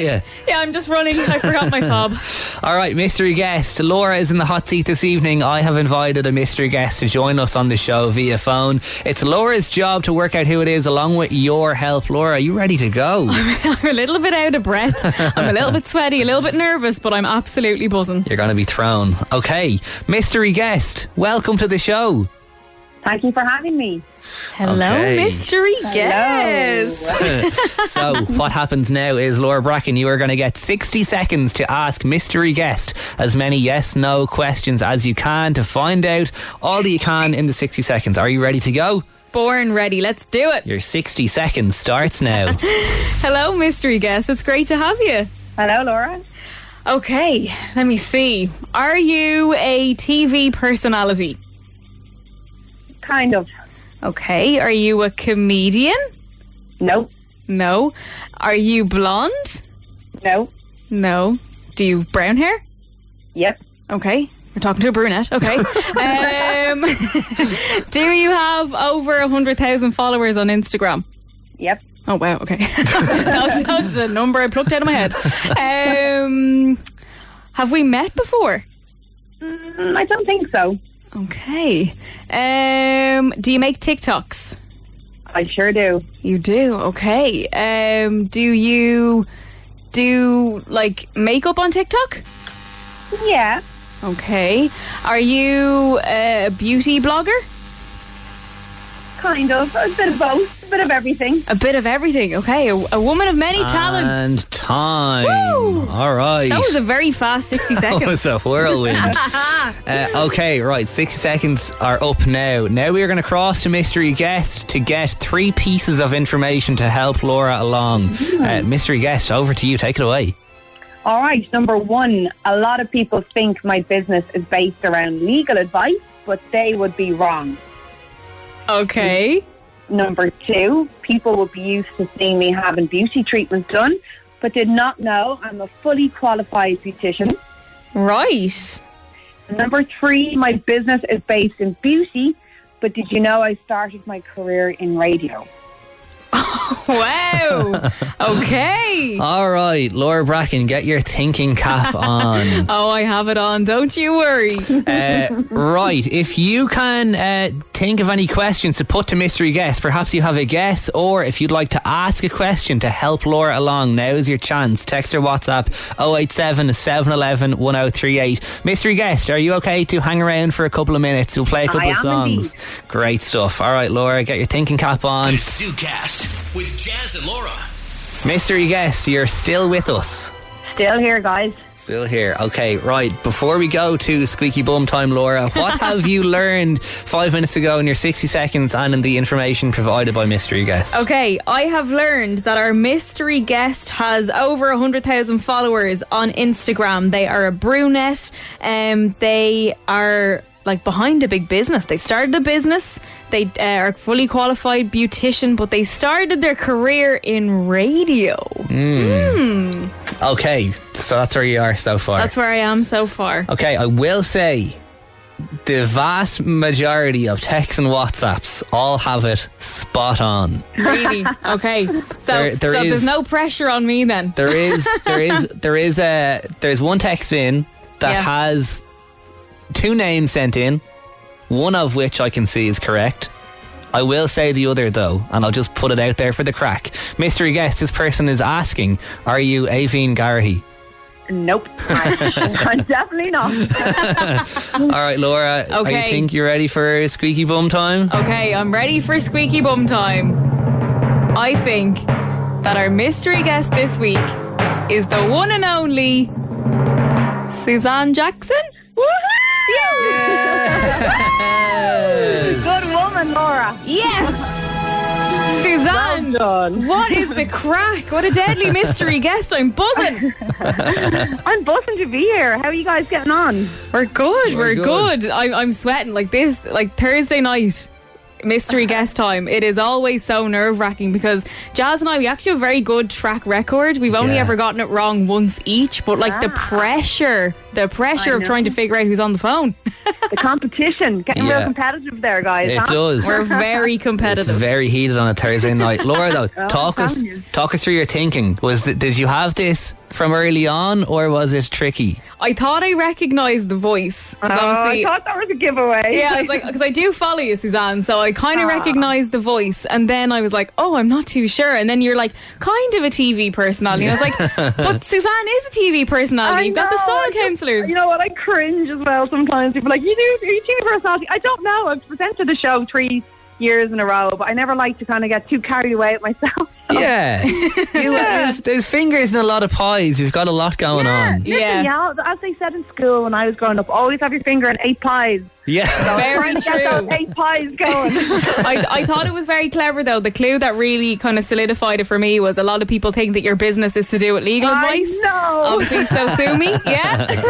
F: Yeah, I'm just running. I forgot my
B: [laughs]
F: fob.
B: All right, mystery guest. Laura is in the hot seat this evening. I have invited a mystery guest to join us on the show via phone. It's Laura's job to work out who it is along with your help. Laura, are you ready to go?
F: I'm a little bit out of breath. I'm a little bit sweaty, a little bit nervous, but I'm absolutely buzzing.
B: You're going to be thrown. Okay, mystery guest, welcome to the show.
N: Thank you for having me.
F: Hello,
B: Okay.
F: mystery
N: Hello.
B: [laughs]
F: guest.
B: so, what happens now is Laura Bracken, you are going to get 60 seconds to ask mystery guest as many yes no questions as you can to find out all that you can in the 60 seconds. Are you ready to go?
F: Born ready. Let's do it.
B: Your 60 seconds starts now.
F: Hello, mystery guest. It's great to have you.
N: Hello, Laura.
F: Okay, let me see. Are you a TV personality?
N: Kind of.
F: Okay. Are you a comedian?
N: No.
F: No. Are you blonde?
N: No.
F: No. Do you have brown hair?
N: Yep.
F: Okay. We're talking to a brunette. Okay. um, [laughs] do you have over 100,000 followers on Instagram?
N: Yep.
F: Oh wow, okay. [laughs] that, was, that was just a number I plucked out of my head. Um, have we met before?
N: Mm, I don't think so.
F: Okay. Um, do you make TikToks?
N: I sure do.
F: You do. Okay. Um, do you do like makeup on TikTok?
N: Yeah.
F: Okay. Are you a beauty blogger?
N: Kind of. A bit of both. A bit of everything.
F: A bit of everything. Okay. A, a woman of many [laughs] talents.
B: And time. All right.
F: That was a very fast 60
B: [laughs]
F: seconds.
B: That was a
F: [laughs]
B: whirlwind. Uh, okay, right. 60 seconds are up now. Now we are going to cross to Mystery Guest to get three pieces of information to help Laura along.
F: Mm-hmm.
B: Uh, mystery Guest, over to you. Take it away.
N: All right. Number one, a lot of people think my business is based around legal advice, but they would be wrong.
F: okay.
N: Number two, people would be used to seeing me having beauty treatments done, but did not know I'm a fully qualified beautician.
F: Right.
N: Number three, my business is based in beauty, but did you know I started my career in radio?
B: [laughs]
F: wow. Okay.
B: All right, Laura Bracken, get your thinking
F: [laughs]
B: cap on.
F: oh, I have it on. Don't you
B: [laughs]
F: worry.
B: Uh, right, if you can uh, think of any questions to put to mystery guest, perhaps you have a guess, or if you'd like to ask a question to help Laura along, now is your chance. Text or WhatsApp 087 711 1038. Mystery guest, are you okay to hang around for a couple of minutes? We'll play a couple
A: I
B: of
A: am
B: songs. Great stuff. All right, Laura, get your thinking cap
A: [laughs]
B: on.
A: ZooCast with Jazz and Laura.
B: Mystery guest, you're still with us.
N: Still here, guys.
B: Still here. Okay, right. Before we go to squeaky bum time, Laura, what have you learned five minutes ago in your 60 seconds and in the information provided by Mystery Guest?
F: Okay, I have learned that our mystery guest has over 100,000 followers on Instagram. They are a brunette. Um, they are like behind a big business. They've started a business. They uh, are fully qualified beautician, but they started their career in radio.
B: Mm.
F: Hmm.
B: Okay, so that's where you are so far.
F: That's where I am so far.
B: okay, I will say the vast majority of texts and WhatsApps all have it spot on.
F: Really?
B: [laughs]
F: Okay. So,
B: There- there
F: so
B: is-
F: there's no pressure on me then.
B: There is there
F: [laughs]
B: is there is a there's one text in that
F: Yeah.
B: has two names sent in, one of which I can see is correct. I will say the other though, and I'll just put it out there for the crack. Mystery guest, this person is asking, are you Aveen Garhi?
N: Nope.
B: [laughs]
N: I'm definitely not.
B: All right, Laura, I
F: Okay.
B: think you're ready for squeaky bum time.
F: Okay, I'm ready for squeaky bum time. I think that our mystery guest this week is the one and only Suzanne Jackson. Oh,
N: Good woman, Laura.
F: Yes. Suzanne, what is the crack? What a deadly mystery guest! I'm buzzing.
N: I'm buzzing to be here. How are you guys getting on?
F: We're good. We're,
N: We're
F: good.
N: good.
F: I'm, I'm sweating like this. Like Thursday night.
N: [laughs]
F: Mystery guest time. It is always so nerve wracking because Jazz and I, we actually have a very good track record. We've only
N: Yeah. Ah.
F: ever gotten it wrong once each, but like the pressure, the pressure
N: I
F: of trying to
N: know.
F: figure out who's on
N: [laughs]
F: the phone.
N: The competition. Getting
B: Yeah.
N: real competitive there, guys.
B: It
N: huh?
B: does.
F: We're very
B: It's
F: competitive.
B: very heated on a Thursday
F: [laughs]
B: night. Laura, though,
F: Well,
B: talk
F: I'm
B: us
F: telling you.
B: talk us through your thinking. Was th- did you have this from early on, or was it tricky?
F: I thought I recognised the voice. 'cause
N: Oh, I
F: obviously-
N: thought that was a giveaway. [laughs]
F: [laughs] Yeah, I was like, because I do follow you, Suzanne, so I
N: Ah.
F: kind of recognised the voice. And then I was like, oh, I'm not too sure. And then you're like, kind of a TV personality. And I was
N: [laughs]
F: like, but Suzanne is a TV personality.
N: I
F: You've got the
N: know, I
F: style
N: just-
F: counsellors.
N: You know what? I cringe as well sometimes. People are like, you do, are you TV personality? I don't know. I've presented the show three years in a row, but I never like to kind of get too carried away with myself. [laughs]
B: Yeah. Oh. [laughs] You- you've- There's fingers in a lot of pies. You've got a lot going on.
N: Listen, yeah. As they said in school when I was growing up, always have your finger in eight pies.
B: [laughs] Yeah.
F: Very
N: Get those
F: true.
N: eight pies going. [laughs]
F: [laughs] I, I thought it was very clever though. The clue that really kind of solidified it for me was a lot of people think that your business is to do with legal
N: I
F: advice.
N: know.
F: Obviously, so sue
N: [laughs]
F: me. Yeah.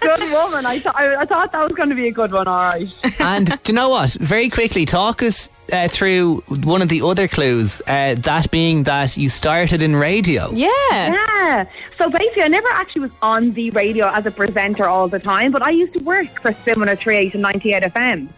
N: good woman. I, th- I, I thought that was going to be a good one. All right.
B: and do you know what? Very quickly, talk us uh, through one of the other clues. Uh, that being that you started in radio.
N: Yeah. So basically, I never actually was on the radio as a presenter all the time, but I used to work for Sim 103.8 and 98 FM.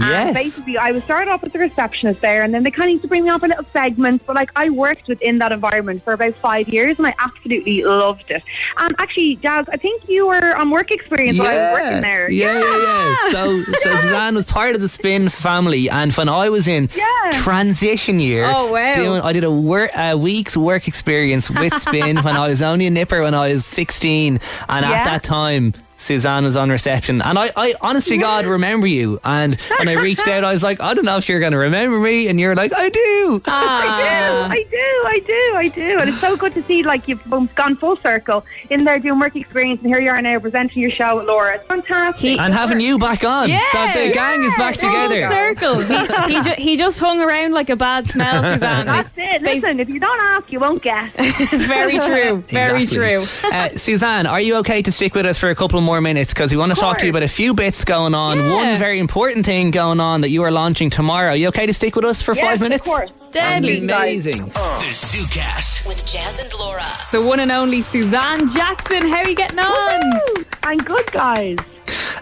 N: And
B: Yes.
N: basically, I was started off as a receptionist there, and then they kind of used to bring me up in little segments. But like, I worked within that environment for about five years, and I absolutely loved it. And actually, Jazz, I think you were on work experience while I was working there.
B: Yeah, yeah, yeah. So, so Suzanne was part of the Spin family, and when I was in
N: Yeah.
B: transition year,
N: Oh, wow.
B: doing, I did a, wor- a week's work experience
N: [laughs]
B: with Spin when I was only a nipper when I was 16, and
N: Yeah.
B: at that time. Suzanne was on reception, and I, I honestly, God, remember you. And when I reached out, I was like, I don't know if you're going to remember me, and you're like, I do.
N: Uh, I do, I do, I do, I do. And it's so good to see like you've boom- gone full circle in there doing work experience, and here you are now presenting your show with Laura. It's fantastic.
B: and having you back on,
N: Yeah.
B: that the gang is back
N: Yeah.
B: together.
F: Circle. He, he, ju- he just hung around like a bad smell,
N: [laughs]
F: Suzanne. [laughs]
N: That's it. Listen, if you don't ask, you won't get.
F: Very true. Very
B: Exactly.
F: true.
B: [laughs] uh, Suzanne, are you okay to stick with us for a couple more minutes? Because we want to talk to you about a few bits going on. One very important thing going on that you are launching tomorrow. Are you okay to stick with us for five minutes? Amazing.
A: The ZooCast.
I: With Jazz and Laura.
F: The one and only Suzanne Jackson. How are you getting on?
N: I'm good, guys.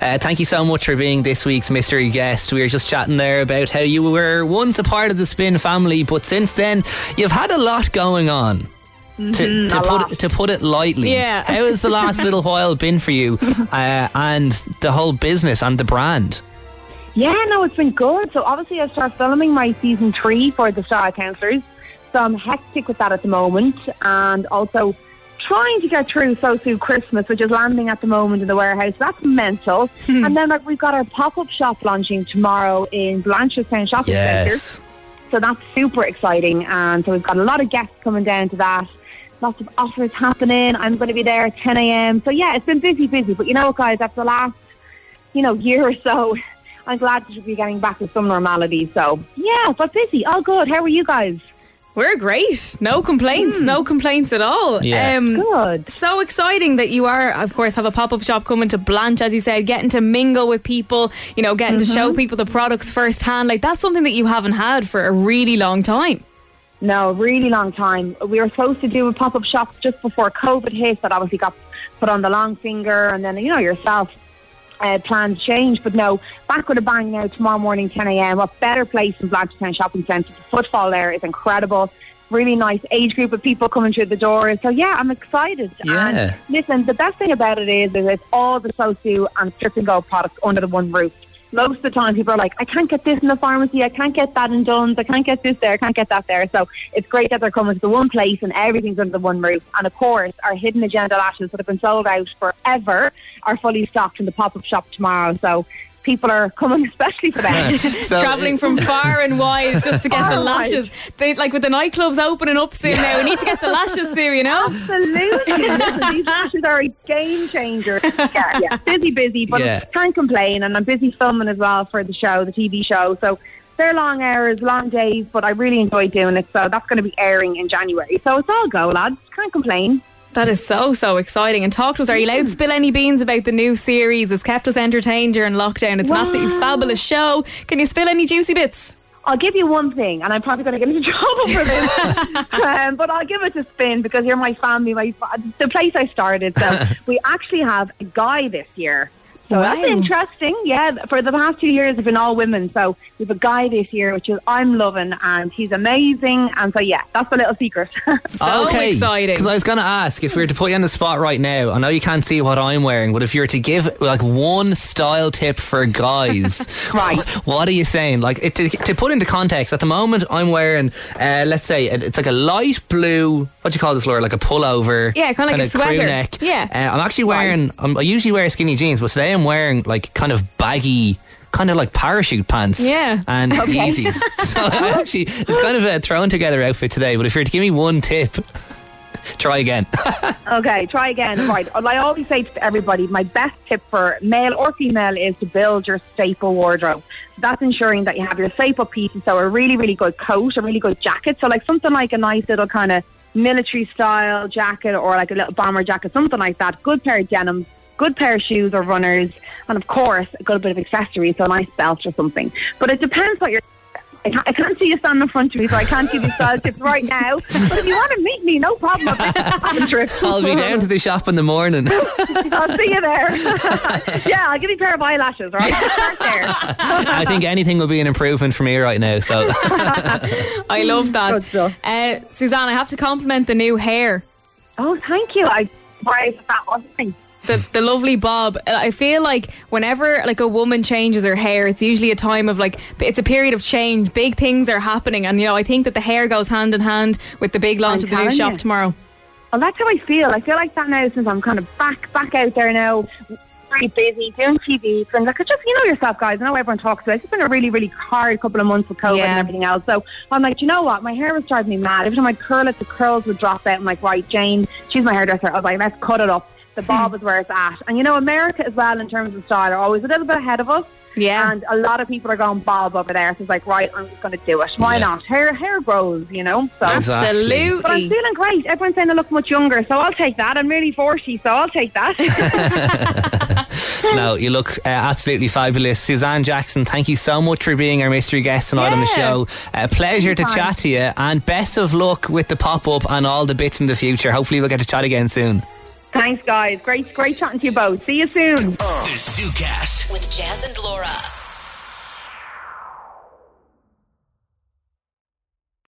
B: Uh, thank you so much for being this week's mystery guest. We were just chatting there about how you were once a part of the Spin family, but since then you've had a lot going on. To,
F: Mhm.
B: to
F: A
B: put it, to put it lightly,
F: Yeah.
B: [laughs] how has the last little while been for you, uh, and the whole business and the brand?
N: Yeah, no, it's been good. So obviously, I start filming my season three for the Star Counselors. So I'm hectic with that at the moment, and also trying to get through So Soon Christmas, which is landing at the moment in the warehouse. That's mental. And then like we've got our pop up shop launching tomorrow in Blanchardstown Shopping
I: Yes.
N: Centre. So that's super exciting, and so we've got a lot of guests coming down to that. Lots of offers happening. I'm going to be there at 10 a.m. So yeah, it's been busy, busy. But you know, what, guys, after the last you know, year or so. [laughs] I'm glad to be getting back to some normality. So, yeah, but busy. All good. How are you guys?
F: We're great. No complaints. No complaints at all.
N: Yeah.
F: Um,
N: Good.
F: So exciting that you are, of course, have a pop up shop coming to Blanche, as you said, getting to mingle with people, you know, getting to
N: Mm-hmm.
F: show people the products firsthand. Like, that's something that you haven't had for a really
N: [laughs]
F: long time.
N: No, a really long time. We were supposed to do a pop up shop just before COVID hit, but obviously got put on the long finger, and then you know yourself. Uh, plans change, but no, back with a bang now tomorrow morning, 10 a.m. What better place than Blanchardstown Shopping Centre? The footfall there is incredible. Really nice age group of people coming through the door. So, yeah, I'm excited.
I: Yeah.
N: And listen, the best thing about it is, is it's all the Sosu and Strip and Go products under the one roof. Most of the time, people are like, I can't get this in the pharmacy, I can't get that in Dunn's, I can't get this there, I can't get that there. So it's great that they're coming to the one place and everything's under the one roof. And of course, our hidden agenda lashes that have been sold out forever are fully stocked in the pop up shop tomorrow. So people are coming [laughs] especially for them.
B: So
F: Traveling
B: it-
N: [laughs]
F: from far and wide just to get the
N: Far and wide.
F: lashes. They, like with the nightclubs opening up soon now, we need to get the lashes there, you
N: [laughs]
F: know?
N: Absolutely. Listen, these lashes are a game changer. Yeah, yeah. Busy, busy, but
I: Yeah.
N: can't complain. And I'm busy filming as well for the show, the TV show. So they're long hours, long days, but I really enjoy doing it. So that's going to be airing in January. So it's all go, lads. Can't complain.
F: That is so, so exciting. And talk to us. Are you allowed to spill any beans about the new series? It's kept us entertained during lockdown. It's
N: Wow.
F: an absolutely fabulous show. Can you spill any juicy bits?
N: I'll give you one thing, and I'm probably going to get into [laughs] trouble for this, um, but I'll give it a spin because you're my family, my fa- the place I started. So we actually have a guy this year. So that's interesting. Yeah, for the past two years, it's been all women. So we have a guy this year, which is I'm loving, and he's amazing. And so yeah, that's the little secret.
B: okay. Because I was going to ask if we were to put you on the spot right now. I know you can't see what I'm wearing, but if you were to give like one style tip for
F: [laughs]
B: guys, right? [laughs] What are you saying? Like it, to, to put into context, at the moment I'm wearing, uh, let's say, it- it's like a light blue. What do you call this, Laura? Like a pullover?
F: Yeah, kinda like
B: kinda
F: a sweater.
B: crew neck.
F: Yeah.
B: Uh, I'm actually wearing. I'm, I usually wear skinny jeans, but today I'm wearing like kind of baggy. Kind of like parachute pants,
F: Yeah.
B: and
F: [laughs] Okay.
B: Yeezys. [laughs] So I actually, it's kind of a thrown together outfit today. But if you were to give me one tip, [laughs] Try again. [laughs]
N: okay, try again. Right. Well, I always say to everybody, my best tip for male or female is to build your staple wardrobe. So that's ensuring that you have your staple pieces. So a really, really good coat, a really good jacket. So like something like a nice little kind of military style jacket or like a little bomber jacket, something like that. Good pair of denim, good pair of shoes or runners, and of course a good bit of accessories, so a nice belt or something. But it depends what you're I can't, I can't see you standing in front of me, so I can't give you style tips right now. But if you want to meet me, no problem. I'll be- I'll be trip.
B: [laughs] I'll be down to the shop in the morning.
N: [laughs] I'll see
B: [laughs]
N: you there. yeah, I'll give you a pair of eyelashes, right? Start there.
B: [laughs] I
F: [laughs]
B: think anything will be an improvement for me right now. So
F: I
N: [laughs]
F: love that. Uh, Suzanne, I have to compliment the new hair.
N: Oh, thank you. I surprised that wasn't
F: the, the lovely bob Uh, i feel like whenever like a woman changes her hair it's usually a time of like b- it's a period of change big things are happening and you know i think that the hair goes hand in hand with the big launch
N: I'm
F: of the new
N: telling
F: shop
N: you.
F: tomorrow
N: Well, that's how I feel. I feel like that now since I'm kind of back back out there now, very busy doing TV. And like, I just you know yourself, guys. I know everyone talks about. it. It's been a really really hard couple of months with COVID and everything else. So I'm like, you know what? My hair was driving me mad. Every time I'd curl it, the curls would drop out. I'm like, right, Jane, she's my hairdresser. I was like, let's cut it up.
F: [laughs]
N: The bob is where it's at. And you know, America as well in terms of style are always a little bit ahead of us.
F: Yeah.
N: And a lot of people are going bob over there. So it's like, right, I'm just going to do it. Why
F: Yeah.
N: not? Hair hair grows, you know. So
F: Exactly. Absolutely.
N: But I'm feeling great. Everyone's saying I look much younger, so I'll take that. I'm nearly 40, so I'll take that.
B: no, you look uh, absolutely fabulous, Suzanne Jackson. Thank you so much for being our mystery guest tonight on the show. A pleasure to
N: Anytime.
B: chat to you, and best of luck with the pop up and all the bits in the future. Hopefully, we'll get to chat again soon.
N: Thanks, guys. Great, great chatting to you both. See you soon.
O: The ZooCast.
N: With Jazz and Laura.